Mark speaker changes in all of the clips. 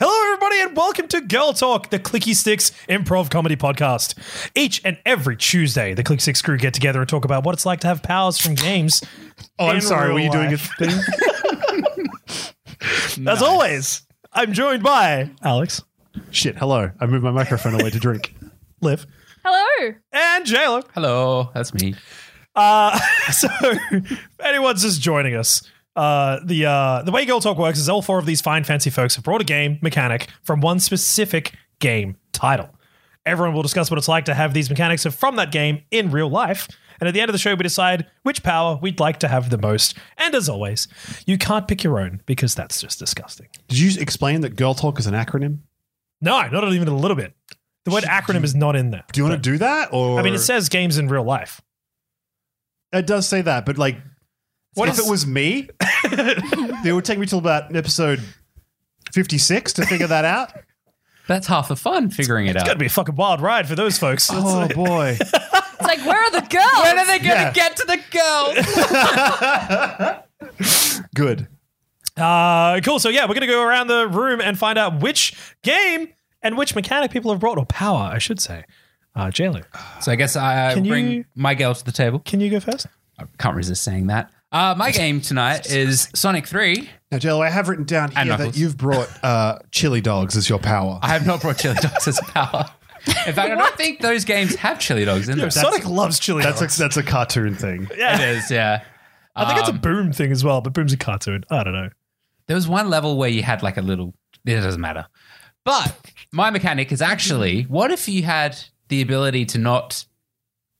Speaker 1: Hello, everybody, and welcome to Girl Talk, the Clicky Sticks improv comedy podcast. Each and every Tuesday, the Click Six crew get together and talk about what it's like to have powers from games.
Speaker 2: Oh, I'm
Speaker 1: in
Speaker 2: sorry.
Speaker 1: real
Speaker 2: Were you doing a
Speaker 1: life.
Speaker 2: thing?
Speaker 1: As always, I'm joined by Alex,
Speaker 2: Shit. Hello. I moved my microphone away to drink.
Speaker 1: Liv,
Speaker 3: Hello.
Speaker 1: and Jayla.
Speaker 4: Hello, that's me.
Speaker 1: Uh, so, if anyone's just joining us, uh, the uh, the way Girl Talk works is all four of these fine, fancy folks have brought a game mechanic from one specific game title. Everyone will discuss what it's like to have these mechanics from that game in real life. And at the end of the show, we decide which power we'd like to have the most. And as always, you can't pick your own because that's just disgusting.
Speaker 2: Did you explain that girl talk is an acronym?
Speaker 1: No, not even a little bit. The word acronym is not in there.
Speaker 2: Do you want to do that? Or
Speaker 1: I mean, it says games in real life.
Speaker 2: it does say that, but like, what if
Speaker 1: is-
Speaker 2: it was me? it would take me till about episode fifty-six to figure that out.
Speaker 4: That's half the fun figuring it
Speaker 1: It's got to
Speaker 4: out.
Speaker 1: be a fucking wild ride for those folks.
Speaker 2: oh boy!
Speaker 3: It's like, where are the girls?
Speaker 4: When are they going
Speaker 2: Yeah.
Speaker 4: to get to the girls?
Speaker 2: Good.
Speaker 1: Uh, cool. So yeah, we're gonna go around the room and find out which game and which mechanic people have brought, or power, I should say. Uh, Jalen,
Speaker 4: so I guess I
Speaker 1: Can
Speaker 4: bring
Speaker 1: you-
Speaker 4: my girl to the table.
Speaker 1: can you go first?
Speaker 4: I can't resist saying that. Uh, my game tonight is Sonic 3.
Speaker 2: Now, Jello, I have written down here
Speaker 4: And
Speaker 2: that
Speaker 4: Knuckles.
Speaker 2: you've brought uh, chili dogs as your power.
Speaker 4: I have not brought chili dogs as a power. In fact, I don't think those games have chili dogs in them.
Speaker 1: Sonic loves chili.
Speaker 2: That's
Speaker 1: dogs.
Speaker 2: a, that's a cartoon thing.
Speaker 1: yeah.
Speaker 4: It is, yeah.
Speaker 1: I think it's
Speaker 2: um,
Speaker 1: a Boom thing as well, but Boom's a cartoon. I don't know.
Speaker 4: There was one level where you had like a little. It doesn't matter. But my mechanic is actually what if you had the ability to not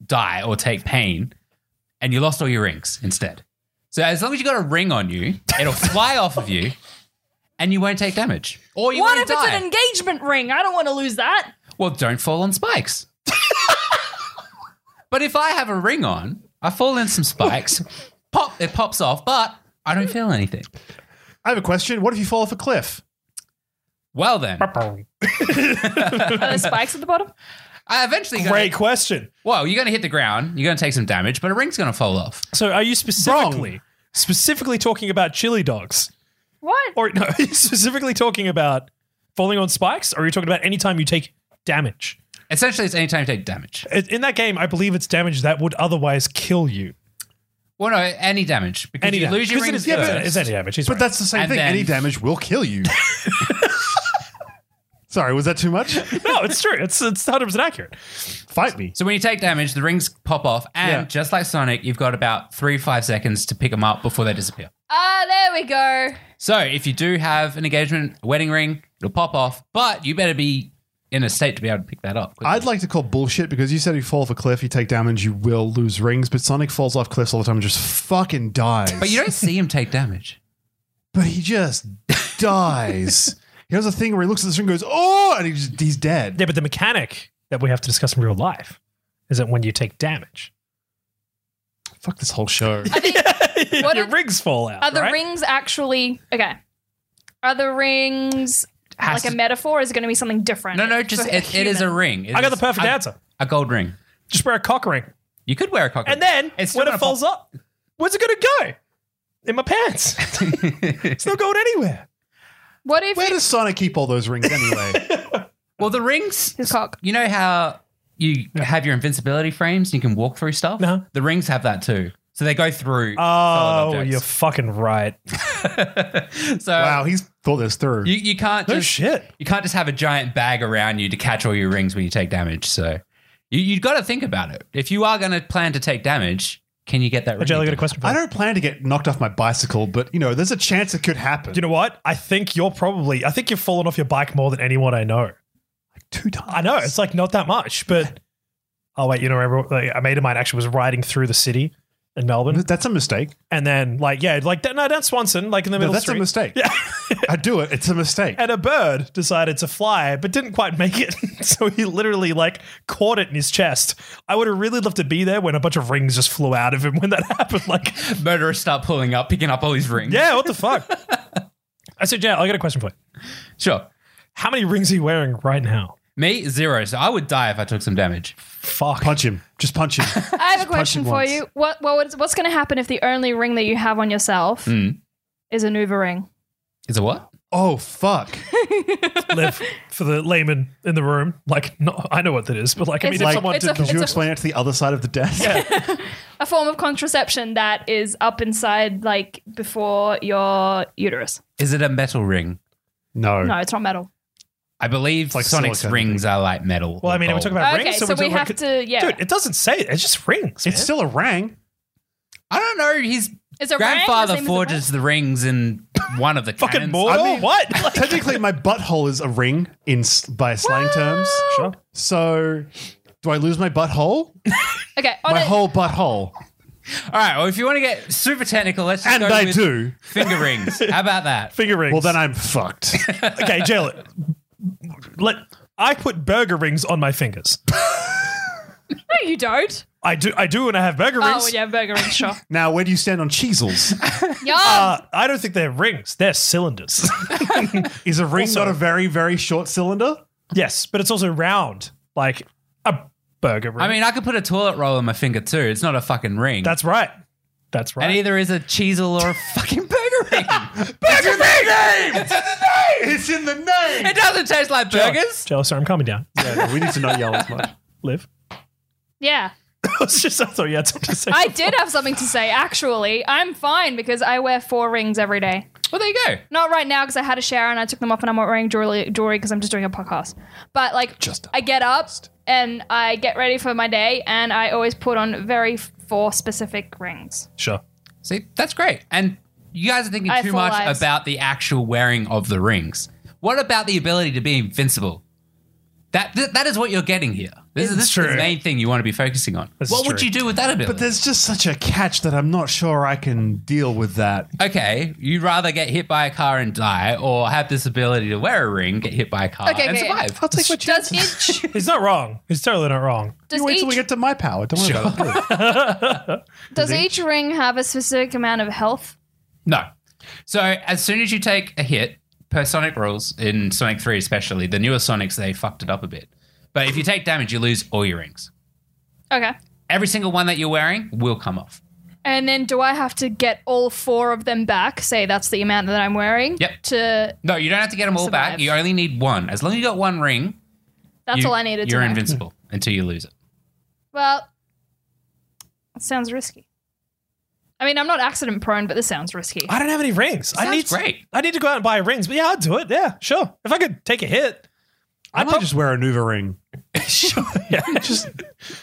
Speaker 4: die or take pain and you lost all your rings instead? So as long as you got a ring on you, it'll fly off of you and you won't take damage. Or you
Speaker 3: what if
Speaker 4: won't die.
Speaker 3: it's an engagement ring? I don't want to lose that.
Speaker 4: well, don't fall on spikes. but if I have a ring on, I fall in some spikes, pop it pops off, but I don't feel anything.
Speaker 2: I have a question. What if you fall off a cliff?
Speaker 4: Well then,
Speaker 3: Are there spikes at the bottom?
Speaker 4: I eventually got
Speaker 1: Great question.
Speaker 4: Well, you're going to hit the ground. You're going to take some damage, but a ring's going to fall off.
Speaker 1: So, are you specifically specifically talking about chili dogs,
Speaker 3: What?
Speaker 1: or no? Are you specifically talking about falling on spikes, or are you talking about any time you take damage?
Speaker 4: Essentially, it's any time you take damage.
Speaker 1: I- In that game, I believe it's damage that would otherwise kill you.
Speaker 4: Well, no, any damage because
Speaker 1: Any
Speaker 4: you
Speaker 1: damage.
Speaker 4: lose your
Speaker 1: 'Cause it
Speaker 4: rings
Speaker 1: is- yeah, but
Speaker 4: first.
Speaker 1: it's any damage. He's
Speaker 2: But
Speaker 1: right.
Speaker 2: that's the same
Speaker 4: And
Speaker 2: thing.
Speaker 4: then-
Speaker 2: Any damage will kill you. Sorry, was that too much?
Speaker 1: no, it's true. It's it's hundred percent accurate.
Speaker 2: Fight me.
Speaker 4: so when you take damage, the rings pop off, and
Speaker 2: Yeah.
Speaker 4: just like Sonic, you've got about three five seconds to pick them up before they disappear.
Speaker 3: Ah, there we go.
Speaker 4: So if you do have an engagement, a wedding ring, it'll pop off, but you better be in a state to be able to pick that up.
Speaker 2: I'd like to call bullshit because you said you fall off a cliff, you take damage, you will lose rings, but Sonic falls off cliffs all the time and just fucking dies.
Speaker 4: but you don't see him take damage.
Speaker 2: But he just dies. He has a thing where he looks at this ring and goes, oh, and he just, he's dead.
Speaker 1: Yeah, but the mechanic that we have to discuss in real life is that when you take damage,
Speaker 2: Fuck this whole show.
Speaker 3: Are the, What
Speaker 1: your
Speaker 3: if-
Speaker 1: rings fall out.
Speaker 3: are the
Speaker 1: right?
Speaker 3: rings actually okay? Are the rings
Speaker 4: Has
Speaker 3: like a
Speaker 4: to-
Speaker 3: metaphor? Is it going to be something different?
Speaker 4: No, no, just
Speaker 3: for
Speaker 4: it, it is a
Speaker 3: human?
Speaker 4: ring. It
Speaker 1: I got the
Speaker 4: is
Speaker 1: perfect
Speaker 4: a,
Speaker 1: answer.
Speaker 4: A gold ring.
Speaker 1: Just wear a cock ring,
Speaker 4: You could wear a cock.
Speaker 1: and
Speaker 4: ring.
Speaker 1: then
Speaker 4: It's still
Speaker 1: when
Speaker 4: gonna
Speaker 1: it
Speaker 4: pop-
Speaker 1: falls up, where's it going to go? In my pants. it's not going anywhere.
Speaker 3: What if
Speaker 2: Where
Speaker 3: it-
Speaker 2: does Sonic keep all those rings anyway?
Speaker 4: well, the rings
Speaker 3: his cock?
Speaker 4: You know how you have your invincibility frames and you can walk through stuff?
Speaker 1: Uh-huh.
Speaker 4: The rings have that too. So they go through
Speaker 1: Oh,
Speaker 4: solid
Speaker 1: you're
Speaker 4: objects.
Speaker 1: fucking right.
Speaker 4: so
Speaker 2: wow, he's thought this through.
Speaker 4: you, you can't
Speaker 1: No
Speaker 4: just
Speaker 1: shit.
Speaker 4: you can't just have a giant bag around you to catch all your rings when you take damage. So you, you've got to think about it. If you are going to plan to take damage, can you get that?
Speaker 1: Oh,
Speaker 4: ring
Speaker 1: Jelly, I got a
Speaker 4: again?
Speaker 1: question for
Speaker 2: I
Speaker 1: you.
Speaker 2: don't plan to get knocked off my bicycle, but you know, there's a chance it could happen.
Speaker 1: You know what? I think you're probably. I think you've fallen off your bike more than anyone I know.
Speaker 2: two times.
Speaker 1: I know it's like not that much, but oh wait, you don't remember? Like, a mate of mine actually was riding through the city in Melbourne.
Speaker 2: That's a mistake.
Speaker 1: And then, like, yeah, like, that, no, that's Swanson, like in the
Speaker 2: No,
Speaker 1: middle
Speaker 2: that's
Speaker 1: street.
Speaker 2: a mistake.
Speaker 1: Yeah.
Speaker 2: I do it. It's a mistake.
Speaker 1: and a bird decided to fly but didn't quite make it so he literally like caught it in his chest i would have really loved to be there when a bunch of rings just flew out of him when that happened like
Speaker 4: Murderers start pulling up, picking up all these rings.
Speaker 1: yeah what the fuck i said yeah i got a question for you
Speaker 4: Sure.
Speaker 1: how many rings are you wearing right now
Speaker 4: Me, zero. So I would die if I took some damage.
Speaker 1: fuck
Speaker 2: Punch him. Just punch him.
Speaker 3: I have a question
Speaker 2: him
Speaker 3: for
Speaker 2: once.
Speaker 3: you. What, what what's, what's going to happen if the only ring that you have on yourself is a Nuva ring?
Speaker 4: Is it what?
Speaker 2: oh fuck.
Speaker 1: live for the layman in the room like no, i know what that is but like i mean
Speaker 3: It's
Speaker 1: if
Speaker 3: like-
Speaker 1: someone
Speaker 3: it's
Speaker 1: did
Speaker 3: a-
Speaker 1: not
Speaker 2: Did you
Speaker 3: a-
Speaker 2: explain it to the other side of the desk?
Speaker 3: A form of contraception that is up inside, like before your uterus.
Speaker 4: Is it a metal ring?
Speaker 2: No.
Speaker 3: No, it's not metal.
Speaker 4: I believe
Speaker 2: like
Speaker 4: Sonic's
Speaker 2: silicone.
Speaker 4: rings are like metal.
Speaker 1: well i
Speaker 4: or
Speaker 1: mean if we
Speaker 4: gold.
Speaker 1: talk about
Speaker 3: okay,
Speaker 1: rings
Speaker 3: so,
Speaker 1: we're
Speaker 3: we
Speaker 1: talking about-
Speaker 3: have to. Yeah,
Speaker 1: dude it doesn't say it. it's just rings
Speaker 2: It's
Speaker 1: man.
Speaker 2: still a rang.
Speaker 4: I don't know. His
Speaker 3: It's a
Speaker 4: grandfather
Speaker 3: ring, his name is a
Speaker 4: forges the rings in one of the
Speaker 1: fucking
Speaker 4: cannons.
Speaker 1: more
Speaker 2: I mean-
Speaker 1: what Like-
Speaker 2: Technically, my butthole is a ring in s- by slang terms.
Speaker 1: Sure.
Speaker 2: So, do I lose my butthole?
Speaker 3: Okay, oh, on
Speaker 2: my
Speaker 3: a-
Speaker 2: whole butthole.
Speaker 4: All right. Well, if you want to get super technical, let's just
Speaker 2: And
Speaker 4: go
Speaker 2: I
Speaker 4: with
Speaker 2: do.
Speaker 4: finger rings. How about that?
Speaker 1: finger rings
Speaker 2: Well, then I'm fucked.
Speaker 1: okay, Jalen. Let I put burger rings on my fingers.
Speaker 3: No, you don't.
Speaker 1: I do. I do, and I have burger
Speaker 3: Oh,
Speaker 1: rings.
Speaker 3: well, yeah, burger ring, sure.
Speaker 2: now, where do you stand on cheesels?
Speaker 3: Yum.
Speaker 1: Uh, I don't think they're rings. They're cylinders.
Speaker 2: Is a ring
Speaker 1: Also-
Speaker 2: not a very, very short cylinder?
Speaker 1: yes, but it's also round, like a burger ring.
Speaker 4: I mean, I could put a toilet roll on my finger too. It's not a fucking ring.
Speaker 1: that's right. That's right.
Speaker 4: and either is a chisel or a fucking burger ring.
Speaker 2: Burger ring! It's in the name!
Speaker 4: it doesn't taste like burgers.
Speaker 1: Jalen, sorry, I'm calming down.
Speaker 2: Yeah, no, we need to not yell as much.
Speaker 1: Live.
Speaker 3: yeah,
Speaker 1: I was just. I thought you had something to say.
Speaker 3: I did have something to say. Actually, I'm fine because I wear four rings every day.
Speaker 4: Well, there you go.
Speaker 3: Not right now because I had a shower and I took them off and I'm not wearing jewelry jewelry because I'm just doing a podcast. But like,
Speaker 2: Just a
Speaker 3: I get up and I get ready for my day and I always put on very f- four specific rings.
Speaker 1: sure.
Speaker 4: See, that's great. And you guys are thinking
Speaker 3: I have
Speaker 4: too
Speaker 3: four
Speaker 4: much
Speaker 3: lives.
Speaker 4: about the actual wearing of the rings. What about the ability to be invincible? That th- that is what you're getting here. This is, this is
Speaker 1: true.
Speaker 4: the main thing you want to be focusing on.
Speaker 1: This is
Speaker 4: what would
Speaker 1: true.
Speaker 4: you do with that ability?
Speaker 2: But there's just such a catch that I'm not sure I can deal with that.
Speaker 4: okay, you'd rather get hit by a car and die, or have this ability to wear a ring, get hit by a car,
Speaker 3: Okay,
Speaker 4: and
Speaker 3: okay.
Speaker 4: survive.
Speaker 2: I'll take my
Speaker 3: Does
Speaker 2: chances.
Speaker 3: each
Speaker 1: He's not wrong. He's totally not wrong.
Speaker 3: does
Speaker 2: You wait till we
Speaker 3: each
Speaker 2: get to my power. Don't worry about it.
Speaker 3: does each ring have a specific amount of health?
Speaker 4: No. So as soon as you take a hit, per Sonic rules in Sonic Three, especially the newer Sonics, they fucked it up a bit. But if you take damage, you lose all your rings.
Speaker 3: Okay.
Speaker 4: Every single one that you're wearing will come off.
Speaker 3: And then do I have to get all four of them back? Say that's the amount that I'm wearing.
Speaker 4: Yep.
Speaker 3: To
Speaker 4: No, you don't have to get them all
Speaker 3: Survive.
Speaker 4: back. You only need one. As long as you got one ring,
Speaker 3: that's
Speaker 4: you-
Speaker 3: all I needed to
Speaker 4: You're
Speaker 3: know.
Speaker 4: invincible until you lose it.
Speaker 3: well, that sounds risky. I mean, I'm not accident prone, but this sounds risky.
Speaker 1: I don't have any rings. I
Speaker 4: Sounds
Speaker 1: need.
Speaker 4: great.
Speaker 1: I need to go out and buy rings. But yeah, I'd do it. Yeah, sure. If I could take a hit,
Speaker 2: I
Speaker 1: I'd
Speaker 2: might
Speaker 1: prob-
Speaker 2: just wear a Nuva ring.
Speaker 1: sure. Yeah.
Speaker 2: Just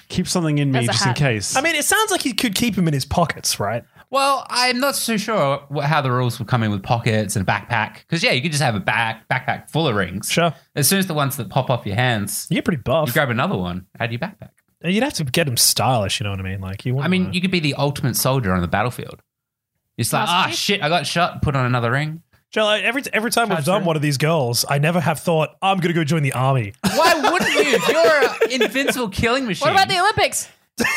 Speaker 2: keep something in me
Speaker 3: As a
Speaker 2: just in
Speaker 3: hat.
Speaker 2: case.
Speaker 1: I mean, it sounds like he could keep him in his pockets, right?
Speaker 4: Well, I'm not so sure wh- how the rules would come in with pockets and backpack. Because yeah, you could just have a back backpack full of rings.
Speaker 1: Sure.
Speaker 4: As soon as the ones that pop off your hands,
Speaker 1: You get pretty buff.
Speaker 4: you grab another one out of your backpack.
Speaker 1: You'd have to get him stylish, you know what I mean? Like you.
Speaker 4: I
Speaker 1: wouldn't
Speaker 4: mean,
Speaker 1: wanna-
Speaker 4: you could be the ultimate soldier on the battlefield. It's like,
Speaker 3: Master
Speaker 4: ah,
Speaker 3: Chief?
Speaker 4: shit, I got shot. Put on another ring.
Speaker 1: Joe, like, every every time we've
Speaker 4: Touch
Speaker 1: done
Speaker 4: her.
Speaker 1: one of these goals, I never have thought I'm gonna go join the army. yeah,
Speaker 4: Why wouldn't you? If You're an invincible killing machine.
Speaker 3: what about the Olympics?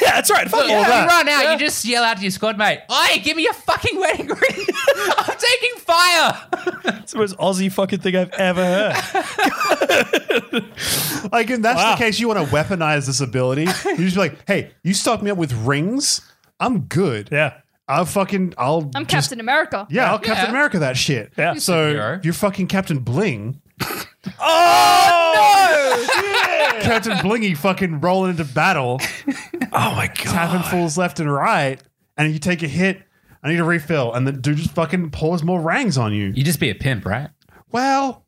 Speaker 1: that's right. Fuck
Speaker 4: Look,
Speaker 1: yeah.
Speaker 4: if you run out,
Speaker 1: Yeah.
Speaker 4: you just yell out to your squad mate, "Hey, give me your fucking wedding ring! I'm taking fire!"
Speaker 1: It's the most Aussie fucking thing I've ever heard.
Speaker 2: Like, if that's
Speaker 1: Wow.
Speaker 2: the case, you want to weaponize this ability. You just be like, hey, you stock me up with rings. I'm good.
Speaker 1: yeah.
Speaker 2: I'll fucking, I'll.
Speaker 3: I'm
Speaker 2: just-
Speaker 3: Captain America.
Speaker 2: Yeah, I'll Captain
Speaker 4: Yeah.
Speaker 2: America that shit.
Speaker 1: Yeah.
Speaker 2: So
Speaker 4: Superhero.
Speaker 2: you're fucking Captain Bling.
Speaker 1: Oh
Speaker 2: Captain Blingy fucking rolling into battle,
Speaker 1: no! Oh my god.
Speaker 2: tapping fools left and right, and you take a hit. I need a refill, and the dude just fucking pours more rangs on you.
Speaker 4: You just be a pimp, right?
Speaker 2: Well,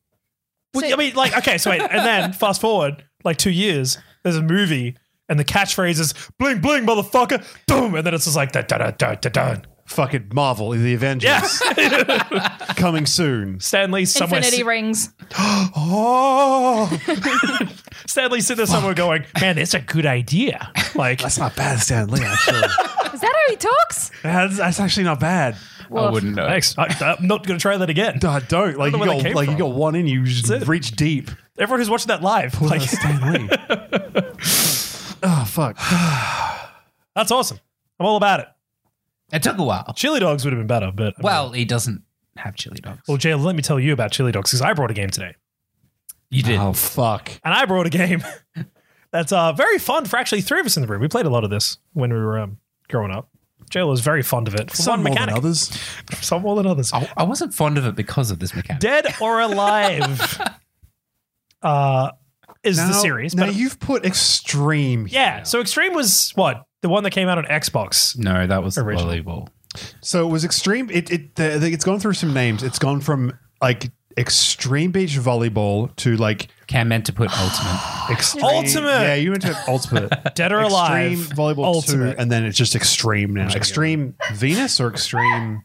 Speaker 1: Well, I mean, like, okay, so wait, and then fast forward like two years, there's a movie and the catchphrase is bling bling motherfucker, boom, and then it's just like da da da da da da.
Speaker 2: fucking Marvel, the Avengers,
Speaker 1: Yeah.
Speaker 2: coming soon.
Speaker 1: Stanley somewhere
Speaker 3: Infinity
Speaker 1: si-
Speaker 3: rings.
Speaker 2: Oh,
Speaker 1: Stanley sitting there somewhere going, Man, that's a good idea. Like
Speaker 2: that's not bad, Stan Lee. Actually,
Speaker 3: Is that how he talks?
Speaker 2: That's, that's actually not bad.
Speaker 4: I wouldn't know.
Speaker 1: Thanks. I, I'm not going to try that again.
Speaker 2: No, I don't. Like
Speaker 1: know
Speaker 2: you
Speaker 1: where that
Speaker 2: got
Speaker 1: came
Speaker 2: like you
Speaker 1: from.
Speaker 2: got one in you, you just
Speaker 1: That's it.
Speaker 2: reach deep.
Speaker 1: Everyone who's watching that live, like
Speaker 2: Stan Lee. oh fuck.
Speaker 1: that's awesome. I'm all about it.
Speaker 4: It took a while.
Speaker 1: Chili dogs would have been better, but I mean-
Speaker 4: Well, he doesn't have chili dogs.
Speaker 1: well, Jay, let me tell you about chili dogs because I brought a game today,
Speaker 4: you did.
Speaker 2: Oh fuck.
Speaker 1: and I brought a game that's uh, very fun for actually three of us in the room. We played a lot of this when we were um, growing up. Jayla was very fond of it. For one
Speaker 2: Some more
Speaker 1: mechanic,
Speaker 2: than others.
Speaker 1: some more than others.
Speaker 4: I, I wasn't fond of it because of this mechanic.
Speaker 1: Dead or Alive uh, is
Speaker 2: Now,
Speaker 1: the series.
Speaker 2: now
Speaker 1: but
Speaker 2: you've put extreme.
Speaker 1: yeah, so Extreme was what? The one that came out on Xbox.
Speaker 4: no, that was
Speaker 1: Original.
Speaker 4: volleyball.
Speaker 2: So it was extreme. It it the, the- it's gone through some names. It's gone from like extreme beach volleyball to like
Speaker 4: Cam meant to put ultimate.
Speaker 2: extreme,
Speaker 1: Ultimate.
Speaker 2: Yeah, you went to ultimate.
Speaker 1: Dead or Alive.
Speaker 2: Extreme volleyball
Speaker 1: Ultimate.
Speaker 2: two, and then it's just extreme now. Extreme Venus or extreme?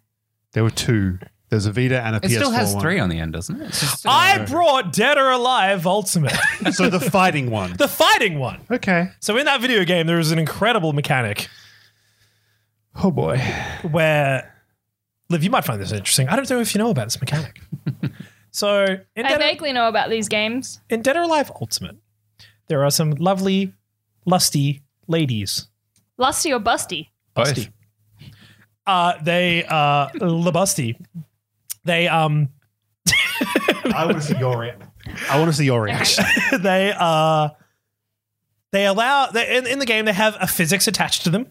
Speaker 2: There were two. There's a Vita and a
Speaker 4: It
Speaker 2: PS4
Speaker 4: still has
Speaker 2: one.
Speaker 4: three on the end, doesn't it? It's just- uh,
Speaker 1: I brought Dead or Alive Ultimate,
Speaker 2: So the fighting one.
Speaker 1: the fighting one.
Speaker 2: okay.
Speaker 1: So in that video game, there was an incredible mechanic
Speaker 2: Oh boy.
Speaker 1: where Liv, you might find this interesting. I don't know if you know about this mechanic. so in
Speaker 3: I
Speaker 1: Dead,
Speaker 3: vaguely know about these games.
Speaker 1: in Dead or Alive Ultimate, there are some lovely, lusty ladies.
Speaker 3: Lusty or busty?
Speaker 4: Both.
Speaker 1: Uh, they uh, labusty. They um
Speaker 2: I want to see your reaction. I want to see your reaction.
Speaker 1: they uh they allow they, in, in the game they have a physics attached to them,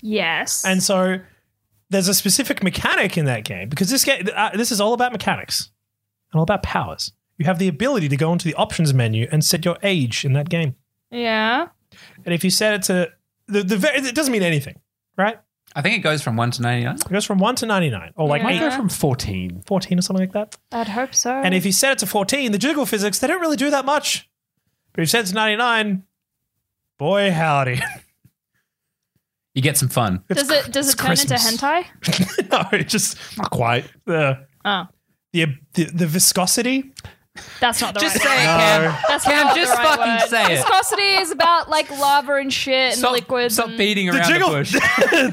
Speaker 3: Yes.
Speaker 1: and so there's a specific mechanic in that game because this game uh, this is all about mechanics and all about powers. You have the ability to go into the options menu and set your age in that game.
Speaker 3: yeah.
Speaker 1: And if you set it to the, the ve- it doesn't mean anything, right?
Speaker 4: I think it goes from one to ninety nine.
Speaker 1: It goes from one to ninety nine, or like
Speaker 3: Yeah.
Speaker 1: eight,
Speaker 3: Might go
Speaker 2: from 14.
Speaker 1: 14 or something like that.
Speaker 3: I'd hope so.
Speaker 1: And if you set it to fourteen, the jiggle physics they don't really do that much. But if you set it to ninety nine, boy howdy,
Speaker 4: You get some fun.
Speaker 3: does it does it turn
Speaker 1: Christmas.
Speaker 3: into hentai?
Speaker 1: no, it just
Speaker 2: Not quite.
Speaker 1: the
Speaker 3: Oh,
Speaker 1: the the, the viscosity.
Speaker 3: that's not the
Speaker 4: Just say
Speaker 3: right.
Speaker 4: it,
Speaker 3: word.
Speaker 4: Cam.
Speaker 3: That's
Speaker 4: Cam,
Speaker 3: not
Speaker 4: just
Speaker 3: the right
Speaker 4: fucking
Speaker 3: word.
Speaker 4: say it.
Speaker 3: Viscosity is about like lava and shit and
Speaker 4: Stop,
Speaker 3: liquids.
Speaker 4: stop
Speaker 3: and-
Speaker 4: beating
Speaker 1: The
Speaker 4: around
Speaker 1: jiggle,
Speaker 4: the bush.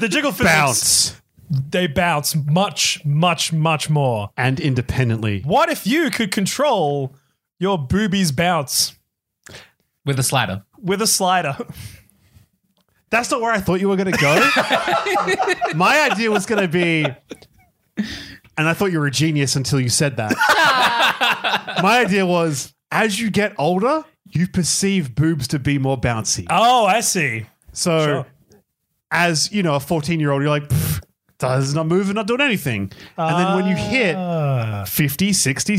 Speaker 1: the jiggle physics,
Speaker 2: Bounce.
Speaker 1: they bounce much, much, much more.
Speaker 2: And independently.
Speaker 1: What if you could control your boobies bounce
Speaker 4: With a slider.
Speaker 1: with a slider?
Speaker 2: That's not where I thought you were going to go. My idea was going to be, and I thought you were a genius until you said that. My idea was, as you get older, you perceive boobs to be more bouncy.
Speaker 1: Oh, I see.
Speaker 2: So,
Speaker 1: Sure.
Speaker 2: as you know, a 14 year old, you're like, "Pff, does not moving, not doing anything. And then when you hit 50, 60,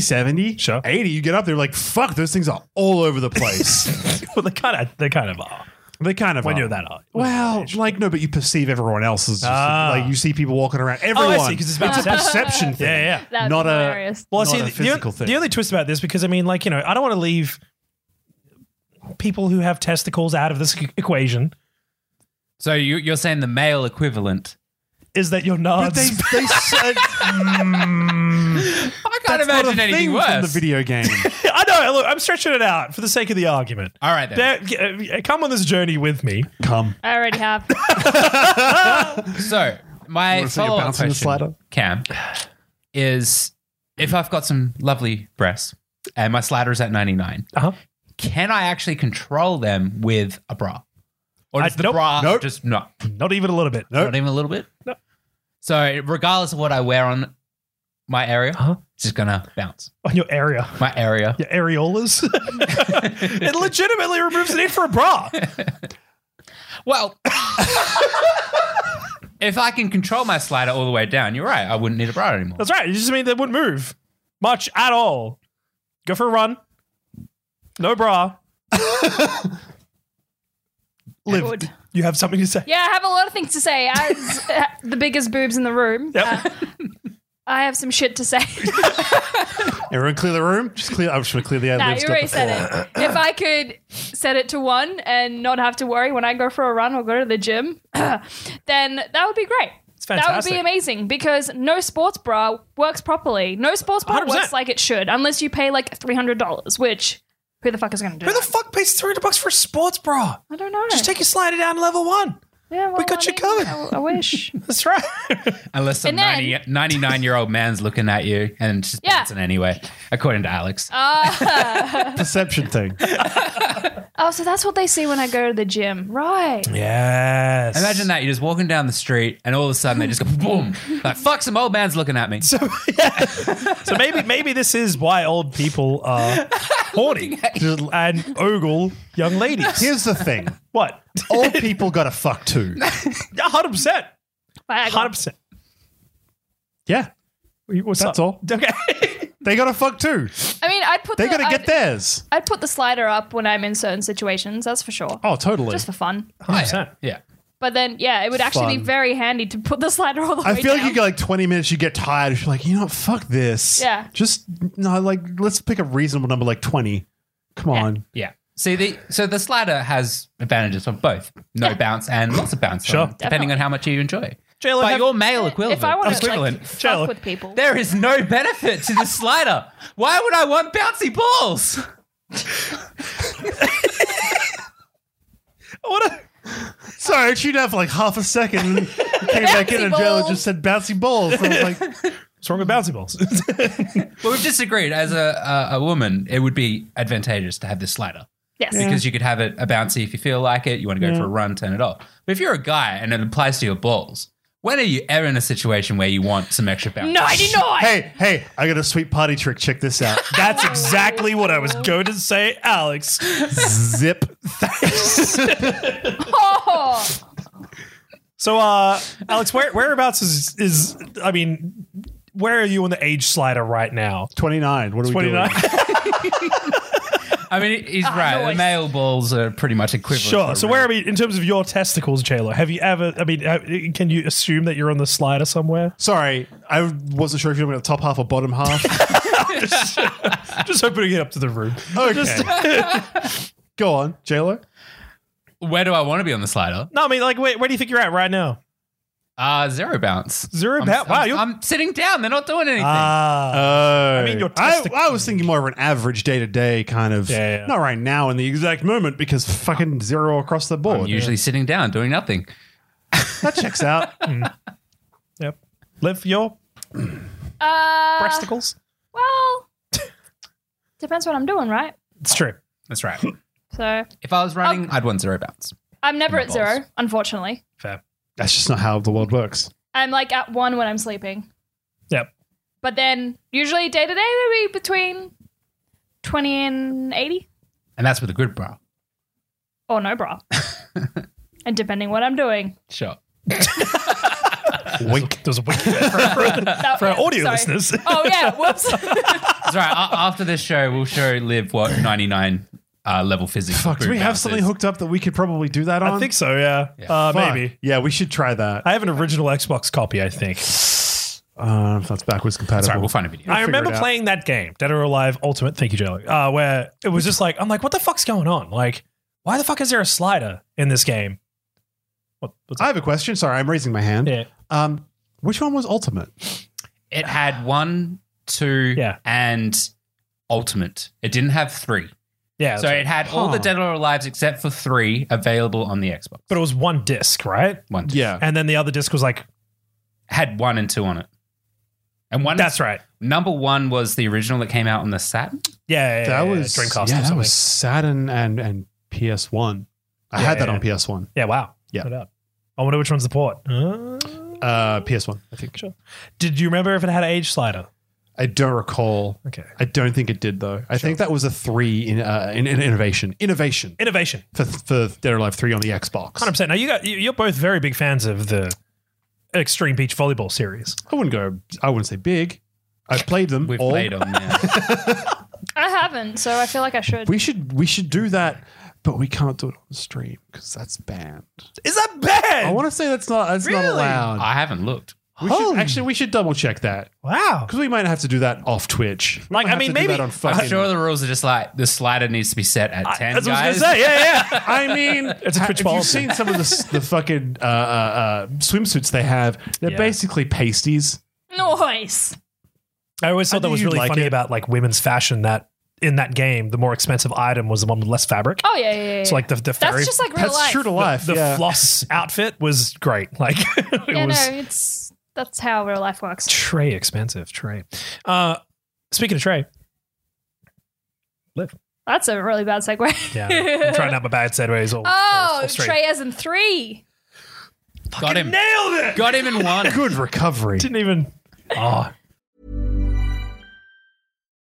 Speaker 1: Ah.
Speaker 2: 70,
Speaker 1: Sure.
Speaker 2: 80, you get up there, like, fuck, those things are all over the place.
Speaker 1: Well, they kind of they kind of are
Speaker 2: they kind of
Speaker 1: when
Speaker 2: are.
Speaker 1: you're that Oh, old.
Speaker 2: Well, like, no, but you perceive everyone else as just,
Speaker 1: Ah. Oh,
Speaker 2: like, you see people walking around. Everyone.
Speaker 1: I see, 'cause it's about
Speaker 2: a
Speaker 1: perception.
Speaker 2: perception thing.
Speaker 1: Yeah, yeah.
Speaker 3: That'd
Speaker 2: not
Speaker 3: be
Speaker 2: a-
Speaker 3: hilarious.
Speaker 1: Well,
Speaker 2: Not
Speaker 1: see,
Speaker 2: a
Speaker 1: the,
Speaker 2: physical
Speaker 1: the,
Speaker 2: thing.
Speaker 1: the only twist about this because I mean, like you know, I don't want to leave people who have testicles out of this e- equation.
Speaker 4: So you, you're saying the male equivalent.
Speaker 1: Is that your
Speaker 2: But
Speaker 1: nods?
Speaker 2: they, they said,
Speaker 4: I can't imagine anything
Speaker 2: from the
Speaker 4: worse.
Speaker 2: video game.
Speaker 1: I know. Look, I'm stretching it out for the sake of the argument.
Speaker 4: All right then.
Speaker 1: There- uh, come on this journey with me.
Speaker 2: Come.
Speaker 3: I already have.
Speaker 4: So my
Speaker 2: wanna see you
Speaker 4: follow up
Speaker 2: bouncing the
Speaker 4: question,
Speaker 2: slider?
Speaker 4: Cam, is if I've got some lovely breasts and my slider is at ninety nine,
Speaker 1: Uh-huh.
Speaker 4: can I actually control them with a bra, or
Speaker 1: I-
Speaker 4: does the
Speaker 1: nope.
Speaker 4: bra
Speaker 2: Nope.
Speaker 4: just not?
Speaker 1: Not even a little bit.
Speaker 4: Not even a little bit. No. So regardless of what I wear on my area,
Speaker 1: Uh-huh.
Speaker 4: it's just gonna bounce.
Speaker 1: On your area,
Speaker 4: My area.
Speaker 1: your areolas. it legitimately removes the need for a bra.
Speaker 4: Well. If I can control my slider all the way down, you're right. I wouldn't need a bra anymore.
Speaker 1: That's right. It just means they wouldn't move much at all. Go for a run. No bra. Liv,
Speaker 3: Good.
Speaker 1: you have something to say?
Speaker 3: Yeah, I have a lot of things to say. As uh, the biggest boobs in the room, Uh,
Speaker 1: Yep.
Speaker 3: I have some shit to say.
Speaker 2: Everyone clear the room. Just clear. I'm just going to clear the ad
Speaker 3: nah,
Speaker 2: libs.
Speaker 3: you
Speaker 2: got
Speaker 3: already
Speaker 2: the
Speaker 3: said
Speaker 2: floor.
Speaker 3: it. If I could set it to one and not have to worry when I go for a run or go to the gym, then that would be great.
Speaker 1: It's
Speaker 3: That would
Speaker 1: fantastic.
Speaker 3: be amazing because no sports bra works properly. No sports bra
Speaker 1: 100%.
Speaker 3: works like it should, unless you pay like three hundred dollars. Which, who the fuck is going to do?
Speaker 1: Who the
Speaker 3: that?
Speaker 1: fuck pays 300 bucks for a sports bra?
Speaker 3: I don't know.
Speaker 1: Just take your slider down to level one.
Speaker 3: Yeah, well,
Speaker 1: We got
Speaker 3: I
Speaker 1: you
Speaker 3: mean,
Speaker 1: covered.
Speaker 3: I, I wish.
Speaker 1: That's right.
Speaker 4: Unless
Speaker 3: And
Speaker 4: some
Speaker 3: then-
Speaker 4: 90, 99 year old man's looking at you and just
Speaker 3: Yeah.
Speaker 4: bouncing anyway, according to Alex.
Speaker 2: Perception thing.
Speaker 3: oh, so that's what they see when I go to the gym, right?
Speaker 1: yes.
Speaker 4: Imagine that. You're just walking down the street and all of a sudden they just go boom. Like, fuck, some old man's looking at me.
Speaker 1: So maybe maybe this is why old people are horny and ogle young ladies.
Speaker 2: Here's the thing.
Speaker 1: what?
Speaker 2: Old people gotta fuck too.
Speaker 1: Yeah, hundred percent.
Speaker 3: Like, I got-
Speaker 1: Hundred percent.
Speaker 2: Yeah.
Speaker 1: What's
Speaker 2: That's
Speaker 1: up?
Speaker 2: all.
Speaker 1: Okay.
Speaker 2: They gotta fuck too.
Speaker 3: I mean, I'd put
Speaker 2: They
Speaker 3: the,
Speaker 2: gotta
Speaker 3: I'd,
Speaker 2: get theirs.
Speaker 3: I'd put the slider up when I'm in certain situations. That's for sure,
Speaker 2: Oh, totally.
Speaker 3: just for fun.
Speaker 1: Hundred percent.
Speaker 4: Oh, yeah.
Speaker 3: But then, yeah, it would actually
Speaker 2: Fun.
Speaker 3: be very handy to put the slider all the way
Speaker 2: I feel like
Speaker 3: down.
Speaker 2: you get like 20 minutes, you get tired. You're like, you know what? Fuck this.
Speaker 3: Yeah.
Speaker 2: Just, no, like, let's pick a reasonable number, like 20. Come on.
Speaker 4: Yeah. See the so the slider has advantages on both no
Speaker 3: Yeah.
Speaker 4: bounce and lots of bounce,
Speaker 1: Sure.
Speaker 4: on, depending on how much you enjoy.
Speaker 1: JLo,
Speaker 4: But
Speaker 1: have-
Speaker 4: your male equivalent,
Speaker 3: if I want to
Speaker 4: equivalent,
Speaker 3: like,
Speaker 1: Jello.
Speaker 3: fuck with people,
Speaker 4: there is no benefit to the slider. Why would I want bouncy balls?
Speaker 1: What a-
Speaker 2: Sorry, I tuned out for like half a second and came back in
Speaker 3: Bouncy
Speaker 2: and Jayla
Speaker 3: balls.
Speaker 2: just said bouncy balls. And I was like,
Speaker 1: what's wrong with bouncy balls?
Speaker 4: Well, we've disagreed. As a, a a woman, it would be advantageous to have this slider
Speaker 3: yes,
Speaker 4: because you could have it a bouncy if you feel like it. You want to go for a run, turn it off. But if you're a guy and it applies to your balls, when are you ever in a situation where you want some extra bounce?
Speaker 3: no, I did not.
Speaker 2: hey, hey, I got a sweet party trick. Check this out.
Speaker 1: That's exactly what I was going to say, Alex.
Speaker 2: Zip.
Speaker 3: Oh,
Speaker 1: So, uh, Alex, where, whereabouts is is I mean, where are you on the age slider right now?
Speaker 2: 29. What are
Speaker 1: Twenty
Speaker 2: we doing?
Speaker 1: nine.
Speaker 4: I mean, he's right.
Speaker 3: nice.
Speaker 4: The male balls are pretty much equivalent. to
Speaker 1: Sure.
Speaker 4: a
Speaker 1: So, where are we in terms of your testicles, JLo? Have you ever? I mean, have, can you assume that you're on the slider somewhere?
Speaker 2: Sorry, I wasn't sure if you were going to top half or bottom half.
Speaker 1: Just opening it up to the room.
Speaker 2: Okay. Go on, JLo.
Speaker 4: Where do I want to be on the slider?
Speaker 1: No, I mean, like, wait, where do you think you're at right now?
Speaker 4: Uh, zero bounce.
Speaker 1: 0
Speaker 4: I'm,
Speaker 1: bounce. Wow,
Speaker 4: I'm,
Speaker 1: you're-
Speaker 4: I'm sitting down. They're not doing anything.
Speaker 1: Ah,
Speaker 2: I
Speaker 1: mean, your testicles.
Speaker 2: Oh. I, I was thinking more of an average day to day kind of.
Speaker 1: Yeah, yeah.
Speaker 2: Not right now in the exact moment because fucking zero across the
Speaker 4: I'm
Speaker 2: board.
Speaker 4: usually sitting down, doing nothing.
Speaker 2: that checks out.
Speaker 1: yep. Live your
Speaker 3: uh,
Speaker 1: breasticles.
Speaker 3: well, depends what I'm doing, right?
Speaker 1: It's true.
Speaker 4: That's right.
Speaker 3: So
Speaker 4: If I was running, I'd want zero bounce.
Speaker 3: I'm never
Speaker 4: My
Speaker 3: at
Speaker 4: balls.
Speaker 3: zero, unfortunately.
Speaker 1: Fair.
Speaker 2: That's just not how the world works.
Speaker 3: I'm like at one when I'm sleeping.
Speaker 1: Yep.
Speaker 3: But then usually day to day would be between 20 and 80
Speaker 4: And that's with a good bra.
Speaker 3: or no bra. and depending what I'm doing.
Speaker 4: Sure.
Speaker 1: Wink. There's a wink there for, for,
Speaker 3: That-
Speaker 1: for our audio
Speaker 3: sorry.
Speaker 1: listeners.
Speaker 3: Oh yeah, whoops.
Speaker 4: That's right. A- after this show, we'll show Liv what 99 uh, level physics.
Speaker 2: Fuck, do
Speaker 4: boom
Speaker 2: we have
Speaker 4: bounce
Speaker 2: something
Speaker 4: is.
Speaker 2: hooked up that we could probably do that on?
Speaker 1: I think so. Yeah. Uh,
Speaker 2: Fuck.
Speaker 1: maybe.
Speaker 2: Yeah, we should try that.
Speaker 1: I have an original Xbox copy. I think.
Speaker 2: Uh, if that's backwards compatible.
Speaker 4: Sorry, we'll find a video.
Speaker 1: I
Speaker 2: figure
Speaker 1: remember
Speaker 2: it out.
Speaker 1: playing that game, Dead or Alive Ultimate. Thank you, Jelly. Uh, where it was just like, I'm like, what the fuck's going on? Like, why the fuck is there a slider in this game? What, what's
Speaker 2: I have a question. Sorry, I'm raising my hand.
Speaker 1: Yeah.
Speaker 2: Um, which one was ultimate?
Speaker 4: It had one, two,
Speaker 1: Ah. Yeah.
Speaker 4: and ultimate. It didn't have three.
Speaker 1: Yeah.
Speaker 4: so
Speaker 1: that's
Speaker 4: it had all
Speaker 2: Huh.
Speaker 4: the Dead or Alive except for three available on the Xbox.
Speaker 1: But it was one disc, right?
Speaker 4: One, two.
Speaker 2: Yeah.
Speaker 1: And then the other disc was like,
Speaker 4: had one and two on it. And one
Speaker 1: that's right.
Speaker 4: number one was the original that came out on the Saturn.
Speaker 1: Yeah. yeah,
Speaker 2: That
Speaker 1: yeah, yeah,
Speaker 2: was
Speaker 1: Dreamcast
Speaker 2: Yeah,
Speaker 1: or
Speaker 2: that
Speaker 1: something.
Speaker 2: was Saturn and and PS1. I
Speaker 1: Yeah,
Speaker 2: had that
Speaker 1: yeah.
Speaker 2: on PS1.
Speaker 1: yeah. Wow.
Speaker 2: Yeah.
Speaker 1: No doubt. I wonder which one's the port. Uh,
Speaker 2: Uh, PS1, I think.
Speaker 1: sure. Did you remember if it had an age slider?
Speaker 2: I don't recall.
Speaker 1: Okay.
Speaker 2: I don't think it did though. I think that was a three in, uh, in, in innovation, innovation
Speaker 1: Innovation.
Speaker 2: for for Dead or Alive three on the Xbox.
Speaker 1: 100%. Now, you got, you- you're both very big fans of the Extreme Beach Volleyball series.
Speaker 2: I wouldn't go. I wouldn't say big. I played them.
Speaker 4: We've
Speaker 1: Oh.
Speaker 2: all.
Speaker 4: played on there.
Speaker 3: I haven't, so I feel like I should.
Speaker 2: We should we should do that, but we can't do it on the stream because that's banned.
Speaker 1: Is that bad?
Speaker 2: I want to say that's not that's not allowed.
Speaker 4: I haven't looked.
Speaker 2: We should,
Speaker 1: Holy-
Speaker 2: actually, we should double check that
Speaker 1: wow.
Speaker 2: because we might have to do that off Twitch. We
Speaker 1: Like,
Speaker 2: might
Speaker 1: I
Speaker 2: have
Speaker 1: mean,
Speaker 2: to do
Speaker 1: maybe-
Speaker 2: that on
Speaker 4: I'm
Speaker 2: fucking.
Speaker 4: sure the rules are just like the slider needs to be set at 10.
Speaker 1: That's what I
Speaker 4: guys.
Speaker 1: was going to say. Yeah, yeah.
Speaker 2: I mean, it's
Speaker 1: a Twitch
Speaker 2: Have you
Speaker 1: policy.
Speaker 2: seen some of the s- the fucking uh, uh, uh, swimsuits they have? They're
Speaker 1: Yeah.
Speaker 2: basically pasties.
Speaker 3: Noise.
Speaker 1: I always
Speaker 2: I
Speaker 1: thought that
Speaker 2: knew
Speaker 1: was
Speaker 2: you'd
Speaker 1: really
Speaker 2: like
Speaker 1: funny
Speaker 2: it.
Speaker 1: about like women's fashion that in that game, the more expensive item was the one with less fabric.
Speaker 3: Oh yeah, yeah, yeah. yeah.
Speaker 1: So like the the
Speaker 3: that's
Speaker 1: fairy,
Speaker 3: just like real
Speaker 2: That's
Speaker 3: life.
Speaker 2: true to life.
Speaker 1: the
Speaker 2: yeah.
Speaker 1: floss outfit was great. Like it
Speaker 3: yeah,
Speaker 1: was
Speaker 3: no, it's that's how real life works.
Speaker 1: tray expensive tray. Uh, speaking of tray,
Speaker 3: That's a really bad segue.
Speaker 1: yeah, I'm trying out my bad sideways. All, all,
Speaker 3: Oh,
Speaker 1: all straight.
Speaker 3: Trey as in three.
Speaker 4: Got him.
Speaker 1: nailed it.
Speaker 4: Got him in one.
Speaker 2: Good recovery.
Speaker 1: Didn't even. Oh,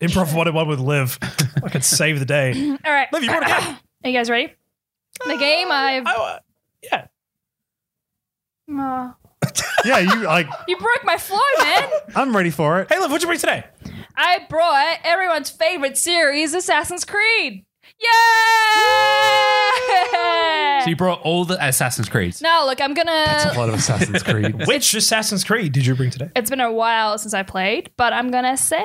Speaker 1: improv 101 with Liv. I could save the day.
Speaker 3: All right,
Speaker 1: Liv, you brought a game.
Speaker 3: are you guys ready? The game I've. Uh,
Speaker 1: I, uh, yeah.
Speaker 3: Aw.
Speaker 2: yeah, you like.
Speaker 3: you broke my flow, man.
Speaker 2: I'm ready for it.
Speaker 1: Hey, Liv, what'd you bring today?
Speaker 3: I brought everyone's favorite series, Assassin's Creed. Yeah!
Speaker 4: So you brought all the Assassin's Creeds.
Speaker 3: now look, I'm gonna.
Speaker 2: lot of Assassin's Creed.
Speaker 1: Which Assassin's Creed did you bring today?
Speaker 3: It's been a while since I played, but I'm gonna say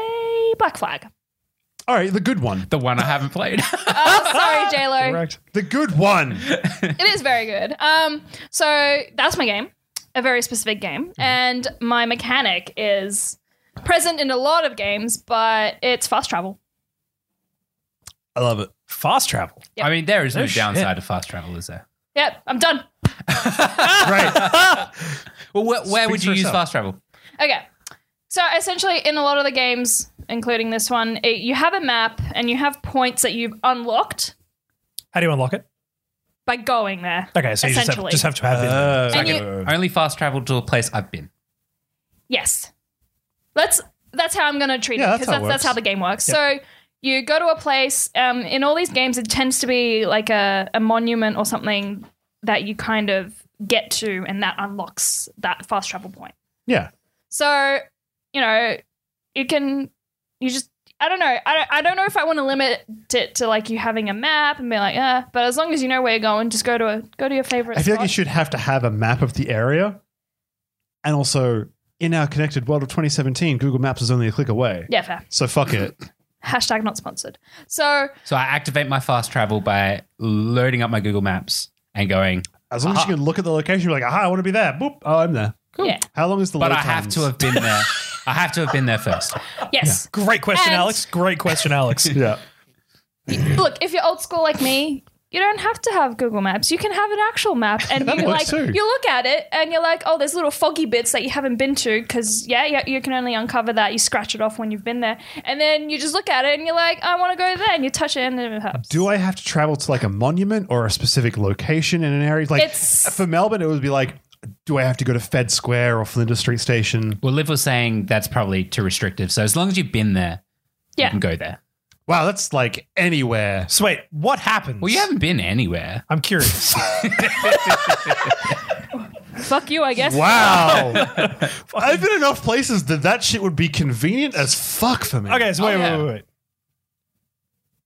Speaker 3: Black Flag.
Speaker 2: All right, the good one.
Speaker 4: The one I haven't played.
Speaker 3: Oh, sorry, J Lo.
Speaker 1: Correct.
Speaker 2: The good one.
Speaker 3: It is very good. Um, so that's my game, a very specific game,
Speaker 4: Mm-hmm.
Speaker 3: and my mechanic is present in a lot of games, but it's fast travel.
Speaker 2: I love it.
Speaker 1: Fast travel.
Speaker 3: Yep.
Speaker 4: I mean, there is no,
Speaker 1: No shit.
Speaker 4: downside to fast travel, is there?
Speaker 3: Yep, I'm done.
Speaker 2: Right.
Speaker 4: Well, where, where would
Speaker 2: Speaks
Speaker 4: you
Speaker 2: for
Speaker 4: use
Speaker 2: itself.
Speaker 4: fast travel?
Speaker 3: Okay. So essentially, in a lot of the games, including this one, it, you have a map and you have points that you've unlocked
Speaker 1: How do you unlock it?
Speaker 3: by going there.
Speaker 1: Okay, so you just have,
Speaker 3: Essentially.
Speaker 1: just have to have it.
Speaker 4: Uh,
Speaker 2: Uh,
Speaker 3: And you-
Speaker 1: Uh,
Speaker 4: Only fast travel to a place I've been.
Speaker 3: Yes. Let's. That's how I'm going to treat
Speaker 2: Yeah,
Speaker 3: it
Speaker 2: that's
Speaker 3: because
Speaker 2: how it
Speaker 3: that's, that's
Speaker 2: works.
Speaker 3: how the game works. So you go to a place. Um, in all these games, it tends to be like a, a monument or something that you kind of get to, and that unlocks that fast travel point.
Speaker 2: yeah.
Speaker 3: So, you know, you can, you just, I don't know. I don't, I don't know if I want to limit it to like you having a map and be like, uh, but as long as you know where you're going, just go to a, go to your favorite
Speaker 2: I feel like you
Speaker 3: spot.
Speaker 2: should have to have a map of the area. And also, in our connected world of 2017, Google Maps is only a click away.
Speaker 3: Yeah, fair.
Speaker 2: So fuck it.
Speaker 3: Hashtag not sponsored. So,
Speaker 4: So I activate my fast travel by loading up my Google Maps and going,
Speaker 2: As long as you can look at the location, you're like, aha, I want to be there. Boop. Oh, I'm there.
Speaker 3: yeah.
Speaker 2: How long is the
Speaker 4: but
Speaker 2: load
Speaker 4: I have
Speaker 2: times?
Speaker 4: to have been there. I have to have been there first.
Speaker 3: Yes.
Speaker 1: Great question,
Speaker 3: And-
Speaker 1: Alex. Great question, Alex.
Speaker 2: Yeah.
Speaker 3: Look, if you're old school like me, you don't have to have Google Maps. You can have an actual map, and
Speaker 2: That
Speaker 3: you like
Speaker 2: works too.
Speaker 3: you look at it and you're like, oh, there's little foggy bits that you haven't been to because yeah, yeah, you can only uncover that. You scratch it off when you've been there, and then you just look at it and you're like, I want to go there, and you touch it and it helps.
Speaker 2: Do I have to travel to like a monument or a specific location in an area? Like
Speaker 3: It's-
Speaker 2: for Melbourne, it would be like, do I have to go to Fed Square or Flinders Street Station?
Speaker 4: Well, Liv was saying that's probably too restrictive. So as long as you've been there, you
Speaker 3: yeah,
Speaker 4: can go there.
Speaker 2: Wow, that's like anywhere.
Speaker 1: So wait, what happens?
Speaker 4: Well, you haven't been anywhere.
Speaker 1: I'm curious.
Speaker 3: fuck you, I guess.
Speaker 2: Wow. I've been enough places that that shit would be convenient as fuck for me.
Speaker 1: okay, so wait,
Speaker 4: Oh, yeah.
Speaker 1: wait, wait, wait.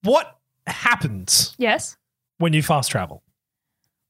Speaker 1: What happens
Speaker 3: Yes.
Speaker 1: when you fast travel?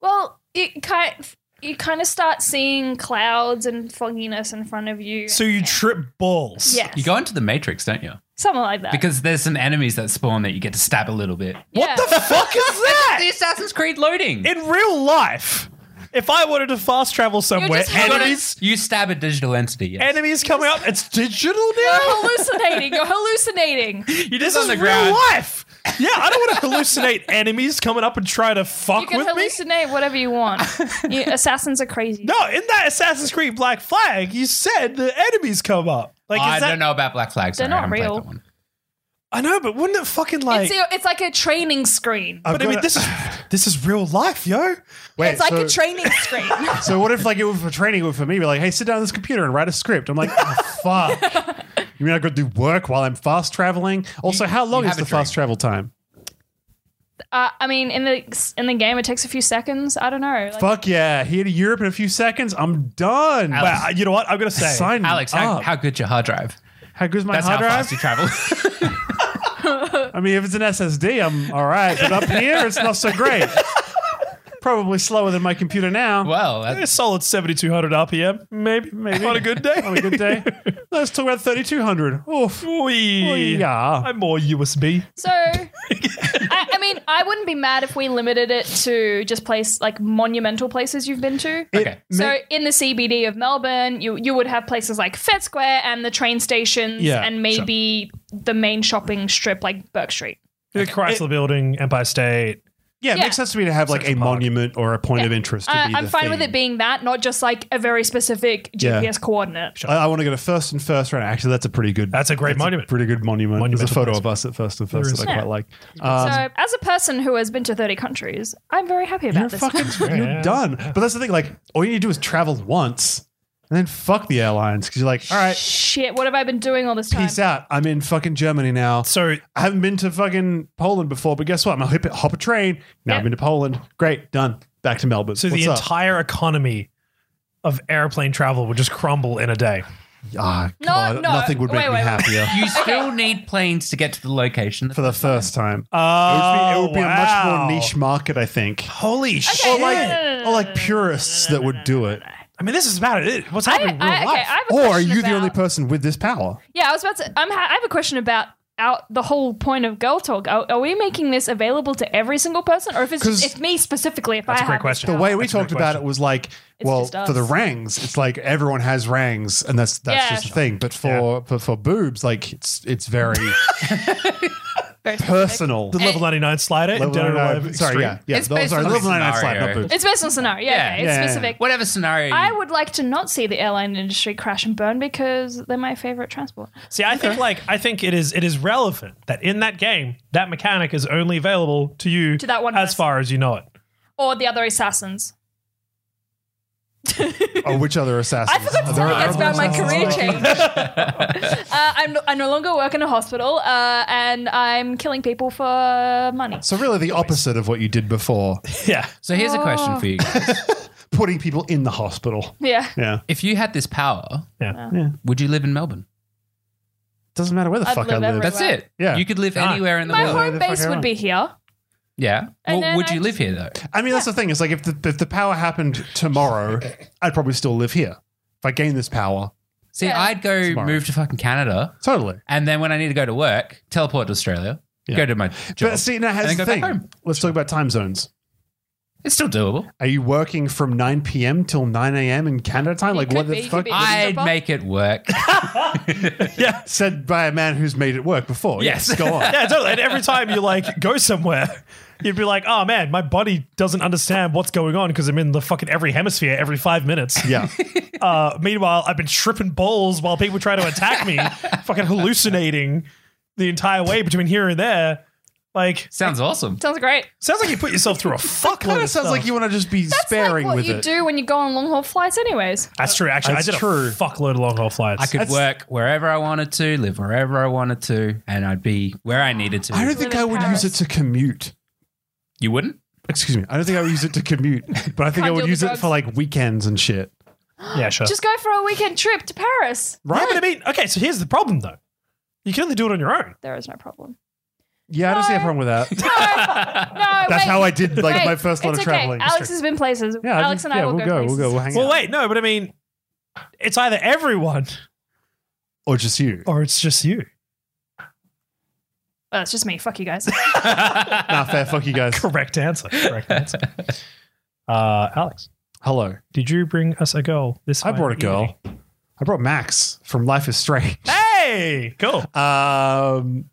Speaker 3: Well, it kind you kind of start seeing clouds and fogginess in front of you.
Speaker 1: So you trip balls.
Speaker 3: yes,
Speaker 4: You go into the Matrix, don't you?
Speaker 3: something like that.
Speaker 4: Because there's some enemies that spawn that you get to stab a little bit.
Speaker 3: yeah.
Speaker 1: What the fuck is
Speaker 4: The
Speaker 1: that?
Speaker 4: Assassin's Creed loading.
Speaker 1: In real life, if I wanted to fast travel somewhere,
Speaker 3: just having a-
Speaker 1: enemies,
Speaker 4: you stab a digital entity. Yes.
Speaker 1: enemies coming up. It's digital now.
Speaker 3: hallucinating. You're hallucinating.
Speaker 4: you
Speaker 1: This is real life. Yeah, I don't want to hallucinate enemies coming up and try to
Speaker 3: You
Speaker 1: fuck
Speaker 3: can
Speaker 1: with me.
Speaker 3: hallucinate whatever you want. You- assassins are crazy.
Speaker 1: No, in that Assassin's Creed Black Flag, you said the enemies come up. Like,
Speaker 4: I
Speaker 1: is that,
Speaker 4: don't know about Black Flag. Sorry,
Speaker 3: not
Speaker 4: I haven't
Speaker 3: real.
Speaker 4: Played that one.
Speaker 1: I know, but wouldn't it fucking like?
Speaker 3: it's, it's like a training screen.
Speaker 1: but I mean,
Speaker 2: gotta-
Speaker 1: this is this is real life, yo.
Speaker 2: Wait,
Speaker 3: it's like
Speaker 2: so,
Speaker 3: a training screen.
Speaker 2: so what if like it was for training, it was for me, be like, hey, sit down at this computer and write a script. I'm like, oh, fuck. You mean I got to do work while I'm fast traveling? Also, how long
Speaker 4: you
Speaker 2: is
Speaker 4: have
Speaker 2: the
Speaker 4: a dream.
Speaker 2: fast travel time?
Speaker 3: uh, I mean, in the in the game, it takes a few seconds. I don't know. Like,
Speaker 2: Fuck yeah. Here to Europe in a few seconds. I'm done.
Speaker 1: Wow, uh, you know what? I'm gonna say.
Speaker 2: Sign me
Speaker 4: Alex, how,
Speaker 2: up.
Speaker 4: how good's your hard drive?
Speaker 2: How good's my
Speaker 4: That's how
Speaker 2: hard drive?
Speaker 4: fast you travel.
Speaker 2: I mean, if it's an SSD, I'm all right. But up here, it's not so great. Probably slower than my computer now.
Speaker 4: well,
Speaker 1: A
Speaker 4: that,
Speaker 1: solid 7200 RPM, maybe.
Speaker 2: Maybe.
Speaker 1: On a good day.
Speaker 2: On a good day. Let's talk about 3200. Oof.
Speaker 1: Wee.
Speaker 2: Yeah.
Speaker 1: I'm more USB.
Speaker 3: So, I, I mean, I wouldn't be mad if we limited it to just place like monumental places you've been to.
Speaker 4: okay.
Speaker 3: So in the CBD of Melbourne, you you would have places like Fed Square and the train stations,
Speaker 1: Yeah,
Speaker 3: and maybe the main shopping strip like Burke Street.
Speaker 1: The Chrysler Building, Empire State.
Speaker 2: Yeah, it
Speaker 3: Yeah.
Speaker 2: makes sense to me to have like a
Speaker 1: Central Park.
Speaker 2: monument or a point of interest. To
Speaker 3: I,
Speaker 2: be
Speaker 3: Uh, I'm
Speaker 2: the
Speaker 3: fine
Speaker 2: thing.
Speaker 3: with it being that, not just like a very specific
Speaker 2: Yeah.
Speaker 3: GPS coordinate.
Speaker 2: I, want to go to First and First right now. Actually, that's a pretty good.
Speaker 1: That's a great monument.
Speaker 2: pretty good monument. There's a
Speaker 1: Monumental
Speaker 2: photo
Speaker 1: place.
Speaker 2: of us at First and
Speaker 1: There
Speaker 2: First
Speaker 1: is.
Speaker 2: that I
Speaker 3: Yeah.
Speaker 2: quite like. Um,
Speaker 3: so as a person who has been to 30 countries, I'm very happy about
Speaker 2: you're
Speaker 3: this.
Speaker 2: fucking you're
Speaker 1: Yeah.
Speaker 2: done. But that's the thing. Like, all you need to do is travel once, and then fuck the airlines because you're like, all right,
Speaker 3: Shit, what have I been doing all this time?
Speaker 2: peace out. I'm in fucking Germany now.
Speaker 1: So
Speaker 2: I haven't been to fucking Poland before, but guess what? I'm gonna hop, hop a train. Now
Speaker 3: Yeah.
Speaker 2: I'm into Poland. Great, done. Back to Melbourne.
Speaker 1: So
Speaker 2: What's
Speaker 1: the
Speaker 2: up?
Speaker 1: entire economy of airplane travel would just crumble in a day.
Speaker 2: ah,
Speaker 3: No,
Speaker 2: God,
Speaker 3: Oh, no.
Speaker 2: nothing would make
Speaker 3: Wait,
Speaker 2: me
Speaker 3: wait, wait.
Speaker 2: happier
Speaker 4: You still need planes to get to the location.
Speaker 2: for the first time.
Speaker 1: Oh,
Speaker 2: it would be, it would be a much more niche market, I think.
Speaker 1: Holy shit!
Speaker 2: Or like, or like purists that would do it.
Speaker 1: I mean, this is about it. What's
Speaker 3: I, I,
Speaker 1: happening? in real
Speaker 3: okay, I
Speaker 1: life?
Speaker 3: have a
Speaker 2: Or are
Speaker 3: question
Speaker 2: you the
Speaker 3: about-
Speaker 2: only person with this power?
Speaker 3: Yeah, I was about to. I'm ha- I have a question about out the whole point of girl talk. Are, are we making this available to every single person, or if it's
Speaker 2: 'Cause-
Speaker 3: if me specifically? If
Speaker 1: That's
Speaker 3: I
Speaker 1: a great
Speaker 3: have this
Speaker 1: question.
Speaker 2: The
Speaker 3: power?
Speaker 2: way we
Speaker 1: That's a good
Speaker 2: talked about
Speaker 1: question.
Speaker 2: it was like,
Speaker 3: It's
Speaker 2: well,
Speaker 3: just us.
Speaker 2: for the rangs, it's like everyone has rangs, and that's that's
Speaker 3: Yeah,
Speaker 2: just the
Speaker 3: sure.
Speaker 2: thing. But for, for for boobs, like it's it's very
Speaker 3: Very specific.
Speaker 2: personal.
Speaker 1: the level ninety nine slider. in
Speaker 2: Level
Speaker 1: Dead or
Speaker 2: 99
Speaker 1: Alive
Speaker 2: sorry,
Speaker 1: Extreme.
Speaker 2: yeah, yeah.
Speaker 4: It's
Speaker 2: Those
Speaker 4: based
Speaker 2: are
Speaker 4: on the
Speaker 2: level 99 slide, not
Speaker 4: scenario.
Speaker 2: boobs.
Speaker 3: It's based on scenario.
Speaker 4: Yeah.
Speaker 3: Yeah, it's
Speaker 2: Yeah, yeah,
Speaker 3: specific.
Speaker 4: Whatever scenario.
Speaker 3: I
Speaker 4: you-
Speaker 3: would like to not see the airline industry crash and burn because they're my favorite transport.
Speaker 1: See, I think like I think it is it is relevant that in that game that mechanic is only available to you
Speaker 3: To that one
Speaker 1: as
Speaker 3: person.
Speaker 1: far as you know it.
Speaker 3: Or the other assassins.
Speaker 2: Oh, which other assassins?
Speaker 3: I forgot to tell you guys about my career change. uh, I'm no, I no longer work in a hospital, uh, and I'm killing people for money.
Speaker 2: So really, the opposite of what you did before,
Speaker 1: Yeah.
Speaker 4: So here's a question for you: guys.
Speaker 2: putting people in the hospital.
Speaker 3: Yeah,
Speaker 2: Yeah,
Speaker 4: If you had this power,
Speaker 1: Yeah.
Speaker 4: would you live in Melbourne?
Speaker 2: doesn't matter where the
Speaker 3: I'd
Speaker 2: fuck
Speaker 3: live
Speaker 2: I live.
Speaker 3: everywhere.
Speaker 4: That's it.
Speaker 2: Yeah.
Speaker 4: You could live
Speaker 1: Ah.
Speaker 4: anywhere in the
Speaker 3: my
Speaker 4: world.
Speaker 3: home
Speaker 2: the fuck
Speaker 3: base
Speaker 2: I
Speaker 3: would
Speaker 2: am.
Speaker 3: be here.
Speaker 4: yeah.
Speaker 3: And
Speaker 4: Well,
Speaker 3: then
Speaker 4: would
Speaker 3: I
Speaker 4: you live here though?
Speaker 2: I mean, that's the thing. It's like if the if the power happened tomorrow, I'd probably still live here. If I gain this power,
Speaker 4: See,
Speaker 3: Yeah.
Speaker 4: I'd go
Speaker 2: Tomorrow.
Speaker 4: move to fucking Canada,
Speaker 2: totally.
Speaker 4: and then when I need to go to work, teleport to Australia,
Speaker 2: Yeah.
Speaker 4: go to my job.
Speaker 2: But see, now here's
Speaker 4: And
Speaker 2: the
Speaker 4: then go
Speaker 2: thing.
Speaker 4: back home.
Speaker 2: Let's talk about time zones.
Speaker 4: It's still doable.
Speaker 2: Are you working from 9 p.m. till 9 a.m. in Canada time?
Speaker 3: You
Speaker 2: Like
Speaker 3: could
Speaker 2: what
Speaker 3: be,
Speaker 2: the
Speaker 3: you
Speaker 2: fuck?
Speaker 3: could be.
Speaker 4: I'd
Speaker 3: doable.
Speaker 4: make it work.
Speaker 2: Said by a man who's made it work before.
Speaker 4: Yes.
Speaker 2: go on.
Speaker 1: Yeah, totally. And every time you like go somewhere, you'd be like, "Oh man, my body doesn't understand what's going on because I'm in the fucking every hemisphere every five minutes."
Speaker 2: Yeah.
Speaker 1: Uh, meanwhile, I've been tripping balls while people try to attack me, fucking hallucinating the entire way between here and there. Like,
Speaker 4: Sounds awesome.
Speaker 3: Sounds great.
Speaker 1: sounds like you put yourself through a fuckload.
Speaker 2: kind of
Speaker 1: of stuff.
Speaker 2: sounds like you want to just be
Speaker 3: That's
Speaker 2: sparing
Speaker 3: like what
Speaker 2: with
Speaker 3: you
Speaker 2: it.
Speaker 3: do when you go on long haul flights, anyways.
Speaker 1: That's true. Actually,
Speaker 2: That's
Speaker 1: I did
Speaker 2: true.
Speaker 1: a fuckload of long haul flights.
Speaker 4: I could
Speaker 2: That's-
Speaker 4: work wherever I wanted to, live wherever I wanted to, and I'd be where I needed to.
Speaker 2: I don't think
Speaker 3: Live in
Speaker 2: I would
Speaker 3: Paris.
Speaker 2: use it to commute.
Speaker 4: you wouldn't?
Speaker 2: Excuse me. I don't think I would use it to commute, but I think I
Speaker 3: Can't
Speaker 2: would
Speaker 3: deal
Speaker 2: use
Speaker 3: with
Speaker 2: it for
Speaker 3: drugs.
Speaker 2: like weekends and shit.
Speaker 1: yeah, sure.
Speaker 3: Just go for a weekend trip to Paris.
Speaker 1: right, but I mean, okay. So here's the problem, though. You can only do it on your own.
Speaker 3: There is no problem.
Speaker 2: Yeah, I don't see a
Speaker 3: No.
Speaker 2: problem with that.
Speaker 3: No, no.
Speaker 2: That's
Speaker 3: wait.
Speaker 2: how I did like
Speaker 3: Wait,
Speaker 2: my first lot
Speaker 3: it's
Speaker 2: of
Speaker 3: okay.
Speaker 2: traveling.
Speaker 3: Alex has been places.
Speaker 2: yeah, I
Speaker 3: Alex
Speaker 2: think-
Speaker 3: and I
Speaker 2: yeah,
Speaker 3: will
Speaker 2: we'll
Speaker 3: go.
Speaker 2: We'll
Speaker 3: places.
Speaker 2: go. We'll hang
Speaker 1: Well,
Speaker 2: out.
Speaker 1: wait, no, but I mean, it's either everyone
Speaker 2: Or just you.
Speaker 1: or it's just you.
Speaker 3: Well, it's just me. Fuck you guys.
Speaker 2: nah, fair. Fuck you guys.
Speaker 1: Correct answer. Correct answer. Uh, Alex,
Speaker 2: Hello.
Speaker 1: did you bring us a girl this?
Speaker 2: I
Speaker 1: fine
Speaker 2: brought a
Speaker 1: evening?
Speaker 2: girl. I brought Max from Life is Strange.
Speaker 1: Hey, cool.
Speaker 2: Um,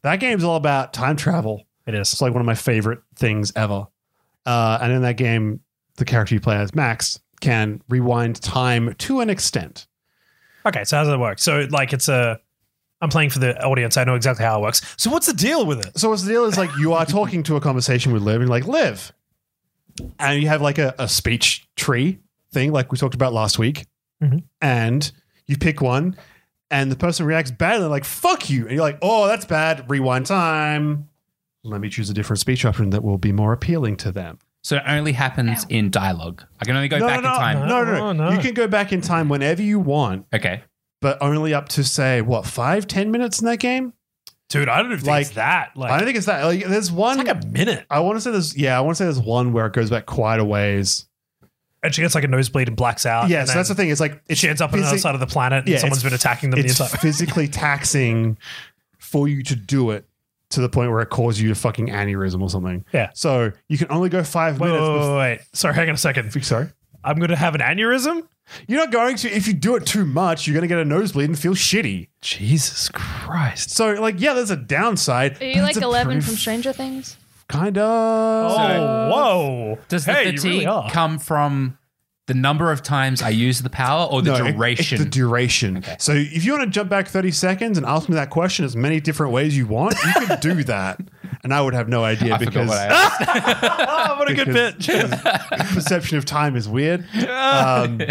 Speaker 2: that game's all about time travel.
Speaker 1: It is.
Speaker 2: It's like one of my favorite things ever. Uh, and in that game, the character you play as, Max, can rewind time to an extent.
Speaker 1: Okay, so how does it work? So like, it's a. I'm playing for the audience. I know exactly how it works. So what's the deal with it?
Speaker 2: So what's the deal is like you are talking to a conversation with Liv, and you're like Liv, and you have like a, a speech tree thing, like we talked about last week,
Speaker 1: Mhm.
Speaker 2: and you pick one, and the person reacts badly, like "fuck you," and you're like, "Oh, that's bad." Rewind time. Let me choose a different speech option that will be more appealing to them.
Speaker 4: So it only happens in dialogue. I can only go
Speaker 2: no,
Speaker 4: back
Speaker 2: no,
Speaker 4: in time.
Speaker 2: no, no, no,
Speaker 1: Oh, no.
Speaker 2: You can go back in time whenever you want,
Speaker 4: Okay.
Speaker 2: but only up to say what five, ten minutes in that game.
Speaker 1: Dude, I don't even think
Speaker 2: Like-
Speaker 1: it's that. Like,
Speaker 2: I don't think it's that. Like, there's one.
Speaker 1: it's like a minute.
Speaker 2: I want to say there's yeah. I want to say there's one where it goes back quite a ways.
Speaker 1: And she gets like a nosebleed and blacks out.
Speaker 2: yeah,
Speaker 1: and
Speaker 2: so that's the
Speaker 1: then
Speaker 2: thing. It's like it's
Speaker 1: She ends up on the other
Speaker 2: physi-
Speaker 1: side of the planet and
Speaker 2: Yeah,
Speaker 1: someone's
Speaker 2: it's-
Speaker 1: been attacking them the
Speaker 2: It's
Speaker 1: entire
Speaker 2: physically taxing for you to do it to the point where it causes you a fucking aneurysm or something.
Speaker 1: Yeah.
Speaker 2: So you can only go five
Speaker 1: Wait, wait,
Speaker 2: minutes.
Speaker 1: wait,
Speaker 2: bef-
Speaker 1: wait, wait. Sorry, hang on a second.
Speaker 2: Sorry.
Speaker 1: I'm going to have an aneurysm?
Speaker 2: You're not going to. If you do it too much, you're going to get a nosebleed and feel shitty.
Speaker 1: Jesus Christ.
Speaker 2: So, like, yeah, there's a downside.
Speaker 3: Are
Speaker 2: but
Speaker 3: you like
Speaker 2: it's a
Speaker 3: Eleven
Speaker 2: pretty
Speaker 3: from
Speaker 2: f-
Speaker 3: Stranger Things?
Speaker 2: Kind of.
Speaker 1: Oh,
Speaker 4: So-
Speaker 1: whoa.
Speaker 4: Does the
Speaker 1: hey, you
Speaker 4: fatigue
Speaker 1: really are.
Speaker 4: come from the number of times I use the power or the
Speaker 2: No, it-
Speaker 4: duration?
Speaker 2: it's the duration. So if you want to jump back 30 seconds and ask me that question as many different ways you want, you could do that. And I would have no idea
Speaker 4: I forgot
Speaker 2: because
Speaker 4: what I asked.
Speaker 1: oh, what a good
Speaker 2: Because-
Speaker 1: bit.
Speaker 2: perception of time is weird. Um,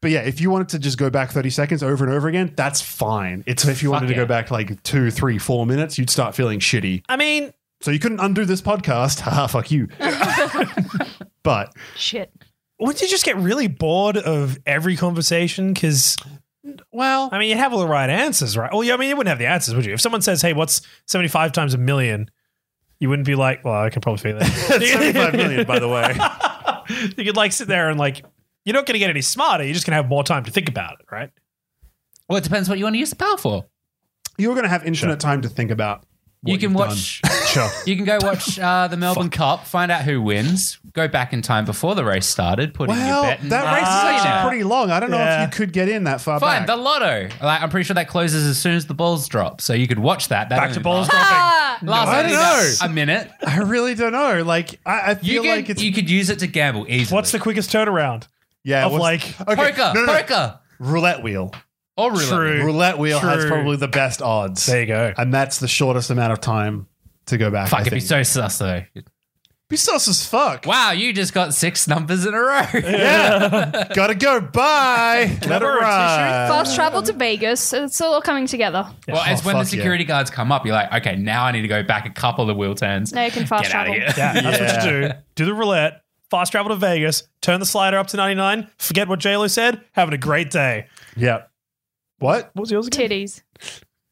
Speaker 2: but yeah, if you wanted to just go back 30 seconds over and over again, that's fine. It's if you wanted to
Speaker 4: yeah.
Speaker 2: go back like two, three, four minutes, you'd start feeling shitty.
Speaker 1: I mean,
Speaker 2: So you couldn't undo this podcast. Haha, fuck you. but
Speaker 3: Shit.
Speaker 1: wouldn't you just get really bored of every conversation? Because,
Speaker 2: well,
Speaker 1: I mean, you'd have all the right answers, right? Well, yeah, I mean, you wouldn't have the answers, would you? If someone says, hey, what's 75 times a million? You wouldn't be like, well, I can probably figure that.
Speaker 2: that's 75 million, by the way.
Speaker 1: you could like sit there and like, you're not going to get any smarter. You're just going to have more time to think about it, right?
Speaker 4: Well, it depends what you want to use the power for.
Speaker 2: You're going to have infinite time to think about. what
Speaker 4: you can
Speaker 2: you've
Speaker 4: watch.
Speaker 2: done. Sure.
Speaker 4: You can go watch uh, the Melbourne Cup, find out who wins, go back in time before the race started, put in your
Speaker 2: Well,
Speaker 4: bet. And, Ah,
Speaker 2: that race
Speaker 1: Ah.
Speaker 2: is actually pretty long. I don't know
Speaker 1: Yeah.
Speaker 2: if you could get in that far
Speaker 4: Fine,
Speaker 2: back.
Speaker 4: the lotto. Like, I'm pretty sure that closes as soon as the balls drop, so you could watch that. that
Speaker 1: Back to
Speaker 4: only
Speaker 1: balls dropping.
Speaker 4: lasts-
Speaker 3: Ah,
Speaker 4: Last
Speaker 2: I
Speaker 4: I
Speaker 2: don't
Speaker 4: a minute.
Speaker 2: I really don't know. Like, I, I
Speaker 4: You
Speaker 2: feel
Speaker 4: can,
Speaker 2: like it's
Speaker 4: you could use it to gamble easily.
Speaker 1: What's the quickest turnaround?
Speaker 2: yeah,
Speaker 1: of
Speaker 2: what's-
Speaker 1: like-
Speaker 2: okay,
Speaker 4: poker?
Speaker 2: no, no, no.
Speaker 4: Poker
Speaker 2: roulette wheel.
Speaker 4: or roulette?
Speaker 1: True.
Speaker 2: Roulette wheel has
Speaker 1: True.
Speaker 2: probably the best odds,
Speaker 1: There you go.
Speaker 2: and that's the shortest amount of time to go back.
Speaker 4: Fuck,
Speaker 2: I
Speaker 4: it'd be
Speaker 2: think.
Speaker 4: so sus though.
Speaker 2: be sus as fuck.
Speaker 4: Wow, you just got six numbers in a row.
Speaker 2: Yeah, gotta go. Bye. Let it
Speaker 1: Rubber or tissue?
Speaker 2: ride.
Speaker 3: fast travel to Vegas. It's all coming together.
Speaker 4: Well,
Speaker 2: Oh,
Speaker 4: it's when the
Speaker 2: fuck yeah.
Speaker 4: security guards come up, you're like, okay, now I need to go back a couple of wheel turns.
Speaker 3: Now you can fast
Speaker 4: Get out
Speaker 3: travel.
Speaker 4: of here.
Speaker 1: Yeah, that's what you
Speaker 2: Yeah.
Speaker 1: do. Do the roulette, fast travel to Vegas, turn the slider up to 99, forget what JLo said, having a great day.
Speaker 2: Yep. What?
Speaker 1: What was yours again?
Speaker 3: Titties.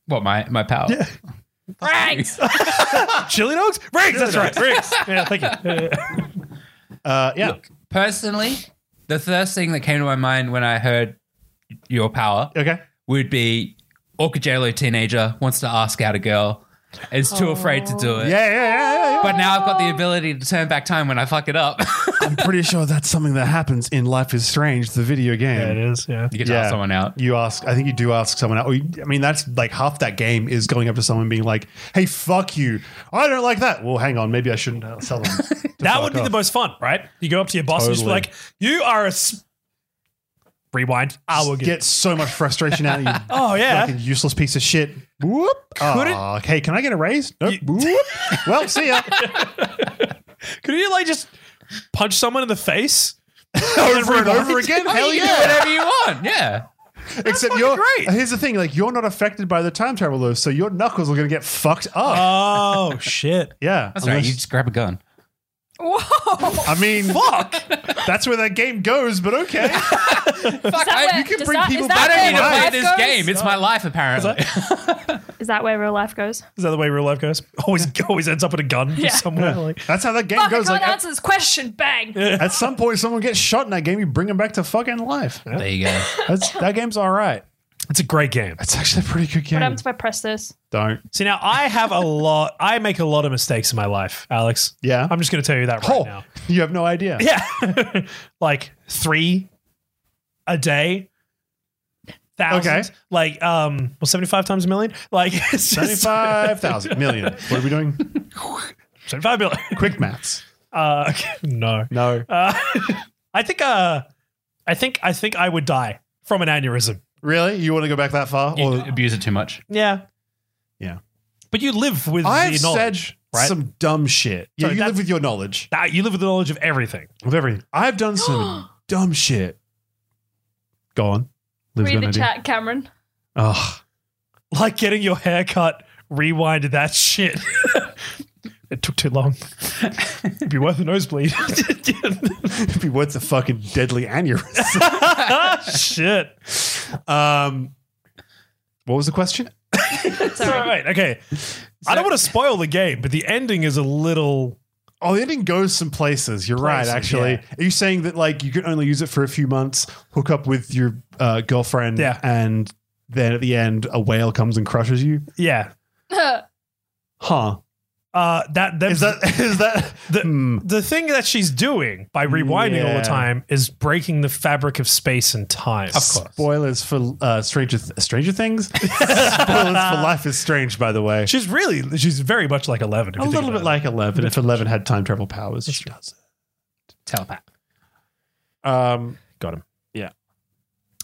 Speaker 4: What, my, my pal? Yeah.
Speaker 3: Right.
Speaker 1: Chili dogs? Riggs, that's right. Riggs. Yeah, thank you. Yeah.
Speaker 2: Uh, yeah.
Speaker 4: Personally, the first thing that came to my mind when I heard your power
Speaker 2: Okay.
Speaker 4: would be Orca JLo teenager wants to ask out a girl, is too afraid to do
Speaker 2: Yeah,
Speaker 4: it.
Speaker 2: yeah, yeah, yeah, yeah.
Speaker 4: But now I've got
Speaker 2: Oh.
Speaker 4: the ability to turn back time when I fuck it up.
Speaker 2: I'm pretty sure that's something that happens in Life is Strange, the video game.
Speaker 1: Yeah, it is. Yeah.
Speaker 4: you can
Speaker 2: Yeah.
Speaker 4: ask someone out.
Speaker 2: you ask i think you do ask someone out or you- i mean that's like half that game is going up to someone being like hey fuck you i don't like that well hang on maybe i shouldn't uh, tell them to
Speaker 1: That
Speaker 2: fuck
Speaker 1: would be the
Speaker 2: off.
Speaker 1: most fun, right? You go up to your boss
Speaker 2: Totally.
Speaker 1: and just be like, you are a. S- Rewind. I will get.
Speaker 2: get so much frustration out of you
Speaker 1: oh, yeah.
Speaker 2: fucking useless piece of shit whoop
Speaker 1: Couldn't-
Speaker 2: Aw, okay can i get a raise nope
Speaker 1: You-
Speaker 2: whoop. well see ya
Speaker 1: Could you, like, just punch someone in the face?
Speaker 2: over and over again
Speaker 4: Oh,
Speaker 2: hell
Speaker 4: you
Speaker 2: yeah
Speaker 4: do whatever you want. Yeah.
Speaker 2: except you're
Speaker 1: great.
Speaker 2: here's the thing like you're not affected by the time travel though so your knuckles are gonna get fucked up
Speaker 1: Oh, shit.
Speaker 2: yeah
Speaker 4: That's right.
Speaker 2: unless-
Speaker 4: You just grab a gun.
Speaker 3: Whoa.
Speaker 2: i mean fuck that's where that game goes but okay
Speaker 4: Fuck, I,
Speaker 3: where-
Speaker 4: you can-
Speaker 3: does
Speaker 2: bring
Speaker 3: that-
Speaker 2: people
Speaker 3: is
Speaker 4: I
Speaker 3: that
Speaker 4: don't
Speaker 3: where
Speaker 4: need to
Speaker 3: real
Speaker 4: play
Speaker 3: life
Speaker 4: this
Speaker 3: goes?
Speaker 4: game. It's my life, apparently.
Speaker 3: Is that where real life goes?
Speaker 1: Is that the way real life goes? Always always ends up with a gun
Speaker 3: Yeah.
Speaker 1: somewhere. Like,
Speaker 2: That's how that game
Speaker 3: Fuck, I
Speaker 2: goes.
Speaker 3: can't
Speaker 2: Like at,
Speaker 3: answer this question. Bang.
Speaker 2: at some point, someone gets shot in that game. You bring them back to fucking life.
Speaker 4: there you go.
Speaker 2: That's, that game's all right.
Speaker 1: it's a great game.
Speaker 2: It's actually a pretty good
Speaker 3: What
Speaker 2: game.
Speaker 3: happens if I press this?
Speaker 2: Don't.
Speaker 1: See now, I have a lot. I make a lot of mistakes in my life, Alex.
Speaker 2: Yeah.
Speaker 1: I'm just going to tell you that right
Speaker 2: oh,
Speaker 1: now.
Speaker 2: you have no idea.
Speaker 1: Yeah, like three a day. Thousand,
Speaker 2: Okay.
Speaker 1: like um, well, seventy-five times a million, like it's just-
Speaker 2: Seventy-five thousand million. What are we doing?
Speaker 1: 75 million.
Speaker 2: Quick maths.
Speaker 1: Uh, okay, no,
Speaker 2: No.
Speaker 1: uh, I think uh, I think I think I would die from an aneurysm.
Speaker 2: Really? You want to go back that far?
Speaker 4: You
Speaker 2: Or
Speaker 4: abuse it too much.
Speaker 1: Yeah,
Speaker 2: Yeah.
Speaker 1: but you live with
Speaker 2: I've
Speaker 1: the knowledge,
Speaker 2: said
Speaker 1: right?
Speaker 2: some dumb shit. Yeah,
Speaker 1: So
Speaker 2: you
Speaker 1: that's-
Speaker 2: live with your knowledge
Speaker 1: Nah, you live with the knowledge of everything.
Speaker 2: of everything. I've done some dumb shit. Go on. Liv's
Speaker 3: Read
Speaker 2: got an
Speaker 3: the
Speaker 2: idea.
Speaker 3: chat, Cameron.
Speaker 2: Ugh.
Speaker 1: like getting your hair cut, rewind that shit. it took too long. It'd be worth a nosebleed.
Speaker 2: It'd be worth the fucking deadly aneurysm.
Speaker 1: Ah, shit.
Speaker 2: Um, what was the question?
Speaker 1: All right, okay. I don't want to spoil the game, but the ending is a little.
Speaker 2: Oh, the ending goes some places. You're
Speaker 1: Places,
Speaker 2: right, actually.
Speaker 1: yeah.
Speaker 2: Are you saying that like you can only use it for a few months, hook up with your uh, girlfriend,
Speaker 1: Yeah.
Speaker 2: and then at the end a whale comes and crushes you?
Speaker 1: Yeah.
Speaker 2: Huh?
Speaker 1: Uh, that, that
Speaker 2: Is that is that
Speaker 1: the,
Speaker 2: Hmm.
Speaker 1: the thing that she's doing by rewinding all
Speaker 2: Yeah.
Speaker 1: the time is breaking the fabric of space and time.
Speaker 4: Of course.
Speaker 2: spoilers for uh, Stranger Th- Stranger Things? spoilers for Life is Strange, by the way.
Speaker 1: She's really, she's very much like 11. if you
Speaker 2: A
Speaker 1: think
Speaker 2: little
Speaker 1: about
Speaker 2: bit
Speaker 1: it.
Speaker 2: like Eleven, if Eleven had time travel powers, she does.
Speaker 4: telepath.
Speaker 2: Um,
Speaker 1: Got him.
Speaker 2: Yeah.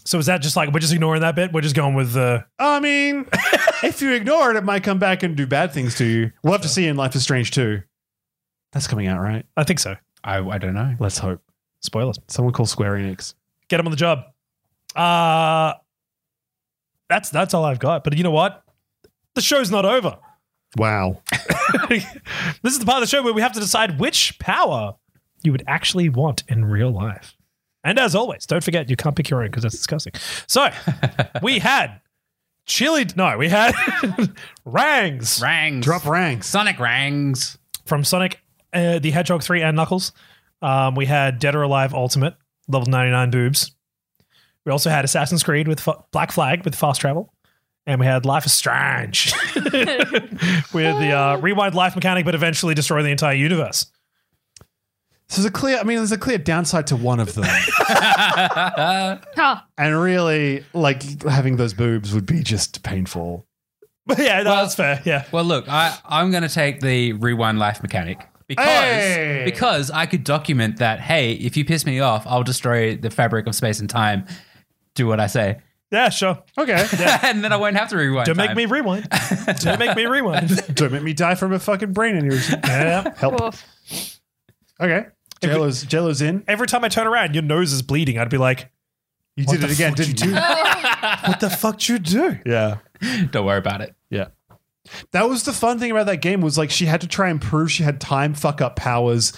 Speaker 1: So is that just like, we're just ignoring that bit? We're just going with uh, the.
Speaker 2: I mean, if you ignore it, it might come back and do bad things to you. We'll have to see in Life is Strange too. That's coming out, right?
Speaker 1: I think so.
Speaker 4: I, I don't know.
Speaker 2: Let's hope.
Speaker 1: Spoilers.
Speaker 2: Someone call Square Enix.
Speaker 1: Get him on the job. Uh, that's, that's all I've got. But you know what? The show's not over.
Speaker 2: Wow.
Speaker 1: this is the part of the show where we have to decide which power you would actually want in real life. And as always, don't forget you can't pick your own because that's disgusting. So we had chili. No, we had Rangs
Speaker 4: Rangs.
Speaker 2: Drop ranks.
Speaker 4: Sonic Rangs.
Speaker 1: from Sonic uh, the Hedgehog 3 and Knuckles. Um, we had Dead or Alive Ultimate, level 99 boobs. We also had Assassin's Creed with fa- Black Flag with fast travel. And we had Life is Strange with the uh, rewind life mechanic, but eventually destroy the entire universe.
Speaker 2: So there's a clear. I mean, there's a clear downside to one of them,
Speaker 3: Huh.
Speaker 2: and really, like having those boobs would be just painful.
Speaker 1: yeah, no,
Speaker 4: Well-
Speaker 1: that's fair. Yeah.
Speaker 4: Well, look, I, I'm going to take the rewind life mechanic because
Speaker 2: Hey!
Speaker 4: because I could document that. Hey, if you piss me off, I'll destroy the fabric of space and time. Do what I say,
Speaker 1: Yeah, sure.
Speaker 2: Okay.
Speaker 4: and then I won't have to rewind.
Speaker 1: Don't make
Speaker 4: time.
Speaker 1: me rewind. Don't make me rewind.
Speaker 2: Don't make me die from a fucking brain aneurysm.
Speaker 1: Yeah.
Speaker 2: Help.
Speaker 3: Woof.
Speaker 2: Okay. Jello's Jello's in.
Speaker 1: Every time I turn around, your nose is bleeding. I'd be like,
Speaker 2: You
Speaker 1: What
Speaker 2: did it
Speaker 1: the
Speaker 2: again,
Speaker 1: fuck you
Speaker 2: didn't you?
Speaker 1: what the fuck did you do?
Speaker 2: yeah.
Speaker 4: Don't worry about it.
Speaker 2: Yeah. That was the fun thing about that game was like she had to try and prove she had time fuck up powers,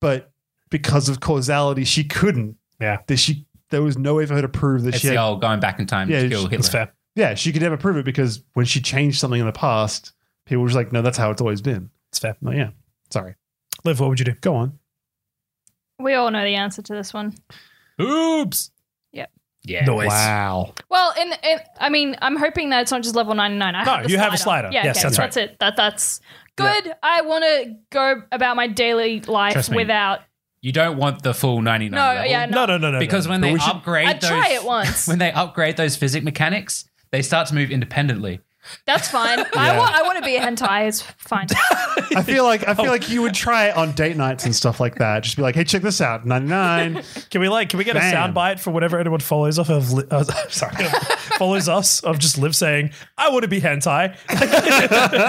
Speaker 2: but because of causality, she couldn't.
Speaker 1: Yeah.
Speaker 2: That she there was no way for her to prove that
Speaker 4: It's
Speaker 2: she
Speaker 4: the
Speaker 2: had,
Speaker 4: old going back in time
Speaker 2: Yeah,
Speaker 4: to kill
Speaker 1: That's
Speaker 4: Hitler.
Speaker 1: fair.
Speaker 2: Yeah, she could never prove it because when she changed something in the past, people were just like, No, that's how it's always been.
Speaker 1: It's fair.
Speaker 2: I'm like, yeah. Sorry.
Speaker 1: Liv, what would you do?
Speaker 2: Go on.
Speaker 3: We all know the answer to this one.
Speaker 4: Oops.
Speaker 3: Yep.
Speaker 4: Yeah.
Speaker 1: Noise.
Speaker 2: Wow.
Speaker 3: Well, in, in I mean, I'm hoping that it's not just level 99. I
Speaker 1: No,
Speaker 3: have the
Speaker 1: you
Speaker 3: slider.
Speaker 1: have a slider.
Speaker 3: Yeah,
Speaker 1: Yes,
Speaker 3: okay,
Speaker 1: that's
Speaker 3: that's it. That that's good. I want to go about my daily life
Speaker 4: Trust me.
Speaker 3: without.
Speaker 4: You don't want the full 99.
Speaker 3: No,
Speaker 4: level.
Speaker 3: yeah,
Speaker 1: No, no, no, no.
Speaker 4: Because
Speaker 1: no.
Speaker 4: when
Speaker 2: But
Speaker 4: they
Speaker 2: we should-
Speaker 4: upgrade,
Speaker 3: I'd
Speaker 4: those,
Speaker 3: try it once.
Speaker 4: When they upgrade those physic mechanics, they start to move independently.
Speaker 3: That's fine. I want I want to be a hentai. It's fine.
Speaker 2: I feel like I feel like you would try it on date nights and stuff like that. Just be like, hey, check this out. 99.
Speaker 1: Can we like? Can we get a
Speaker 2: Bam.
Speaker 1: soundbite for whatever anyone follows off of? Li- uh, sorry, follows us of just Liv saying, "I want to be hentai."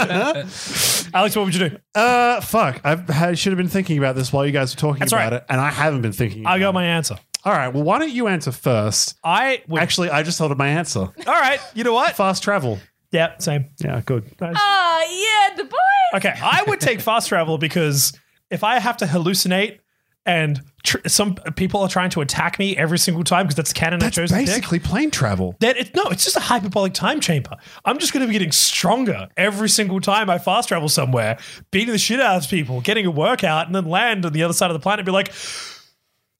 Speaker 1: Alex, what would you do?
Speaker 2: Uh, fuck. I've, I should have been thinking about this while you guys were talking
Speaker 1: That's
Speaker 2: about
Speaker 1: right.
Speaker 2: it, and I haven't been thinking.
Speaker 1: I
Speaker 2: about
Speaker 1: got
Speaker 2: it.
Speaker 1: my answer.
Speaker 2: All right. Well, why don't you answer first?
Speaker 1: I would.
Speaker 2: Actually, I just thought of my answer.
Speaker 1: all right. You know what?
Speaker 2: Fast travel.
Speaker 1: Yeah, same.
Speaker 2: Yeah, good.
Speaker 3: Oh, yeah, the boy.
Speaker 1: Okay, I would take fast travel because if I have to hallucinate and tr- some people are trying to attack me every single time because that's canon I chose to pick.
Speaker 2: basically plane travel.
Speaker 1: Then it's no, it's just a hyperbolic time chamber. I'm just going to be getting stronger every single time I fast travel somewhere, beating the shit out of people, getting a workout, and then land on the other side of the planet. and Be like,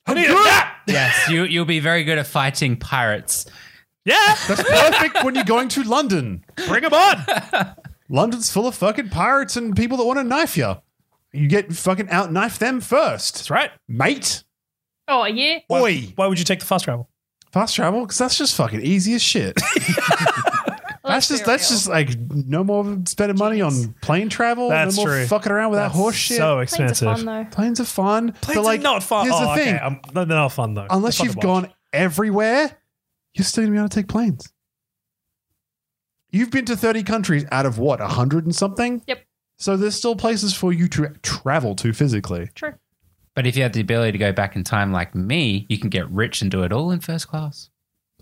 Speaker 1: I need a nap.
Speaker 4: Yes, you you'll be very good at fighting pirates.
Speaker 1: Yeah,
Speaker 2: That's perfect when you're going to London.
Speaker 1: bring them on.
Speaker 2: London's full of fucking pirates and people that want to knife you. You get fucking out knife them first,
Speaker 1: That's right.
Speaker 2: mate.
Speaker 3: Oh, yeah.
Speaker 2: Oi,
Speaker 1: Why would you take the fast travel?
Speaker 2: fast travel because that's just fucking easy as shit. That's
Speaker 3: Let's
Speaker 2: just
Speaker 3: be
Speaker 2: that's
Speaker 3: Oh, real.
Speaker 2: just like no more spending money on plane travel.
Speaker 1: That's
Speaker 2: no more
Speaker 1: true.
Speaker 2: Fucking around with
Speaker 1: That's
Speaker 2: that horse shit.
Speaker 1: So
Speaker 3: Planes
Speaker 1: expensive.
Speaker 3: are fun though.
Speaker 2: Planes are fun.
Speaker 1: Planes
Speaker 2: but like,
Speaker 1: are not fun.
Speaker 2: Here's
Speaker 1: oh,
Speaker 2: the
Speaker 1: okay,
Speaker 2: thing:
Speaker 1: I'm- they're not fun though.
Speaker 2: unless
Speaker 1: They're fun
Speaker 2: you've
Speaker 1: to watch.
Speaker 2: gone everywhere, you're still gonna be able to take planes. You've been to 30 countries out of what, 100 and something?
Speaker 3: Yep.
Speaker 2: So there's still places for you to travel to physically.
Speaker 3: True.
Speaker 4: But if you have the ability to go back in time like me, you can get rich and do it all in first class.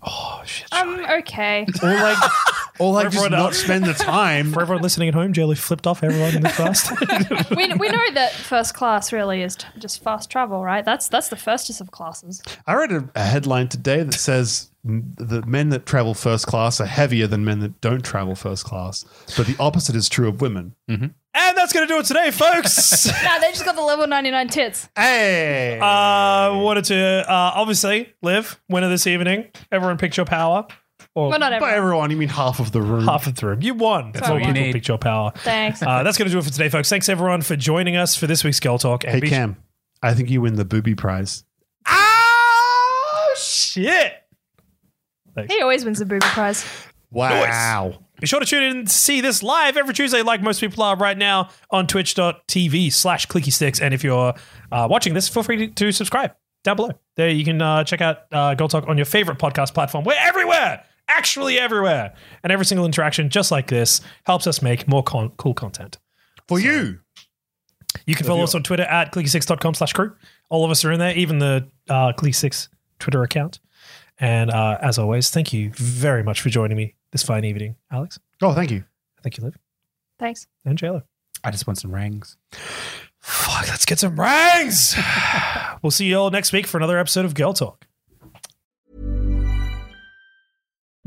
Speaker 2: Oh, shit.
Speaker 3: Um. Okay.
Speaker 2: Or like, Or like just
Speaker 1: Everyone
Speaker 2: not
Speaker 1: else.
Speaker 2: spend the time.
Speaker 1: For everyone listening at home, Jelly flipped off everyone in the class.
Speaker 3: we, we know that first class really is t- just fast travel, right? That's that's the firstest of classes.
Speaker 2: I read a, a headline today that says m- the men that travel first class are heavier than men that don't travel first class, but the opposite is true of women.
Speaker 1: and that's going to do it today, folks.
Speaker 3: Nah, they just got the level 99 tits.
Speaker 2: Hey,
Speaker 1: Uh, wanted to uh, obviously live winner this evening. Everyone picked your power. Or
Speaker 3: Well, not
Speaker 2: by
Speaker 3: everyone.
Speaker 2: everyone you mean half of the room.
Speaker 1: half of the room. You won. That's
Speaker 3: all
Speaker 1: all
Speaker 3: you
Speaker 1: people
Speaker 4: need.
Speaker 1: picked your power.
Speaker 3: Thanks.
Speaker 1: Uh, that's going to do it for today, folks. Thanks everyone for joining us for this week's Girl Talk. And
Speaker 2: Hey
Speaker 1: be-
Speaker 2: Cam, I think you win the booby prize.
Speaker 1: Oh shit!
Speaker 3: He always wins the booby prize.
Speaker 2: Wow.
Speaker 1: Be sure to tune in to see this live every Tuesday, like most people are right now on twitch.tv slash clicky sticks. And if you're uh, watching this, feel free to, to subscribe down below. There you can uh, check out uh, Gold Talk on your favorite podcast platform. We're everywhere, actually everywhere. And every single interaction, just like this, helps us make more con- cool content.
Speaker 2: For you.
Speaker 1: You can follow us on Twitter at clicky6.com slash crew. All of us are in there, even the uh, clicky6 Twitter account. And uh, as always, thank you very much for joining me this fine evening, Alex.
Speaker 2: Oh, thank you.
Speaker 1: Thank you, Liv
Speaker 3: Thanks.
Speaker 1: and Jailer.
Speaker 4: I just want some rings.
Speaker 1: Fuck, let's get some rangs. we'll see you all next week for another episode of Girl Talk.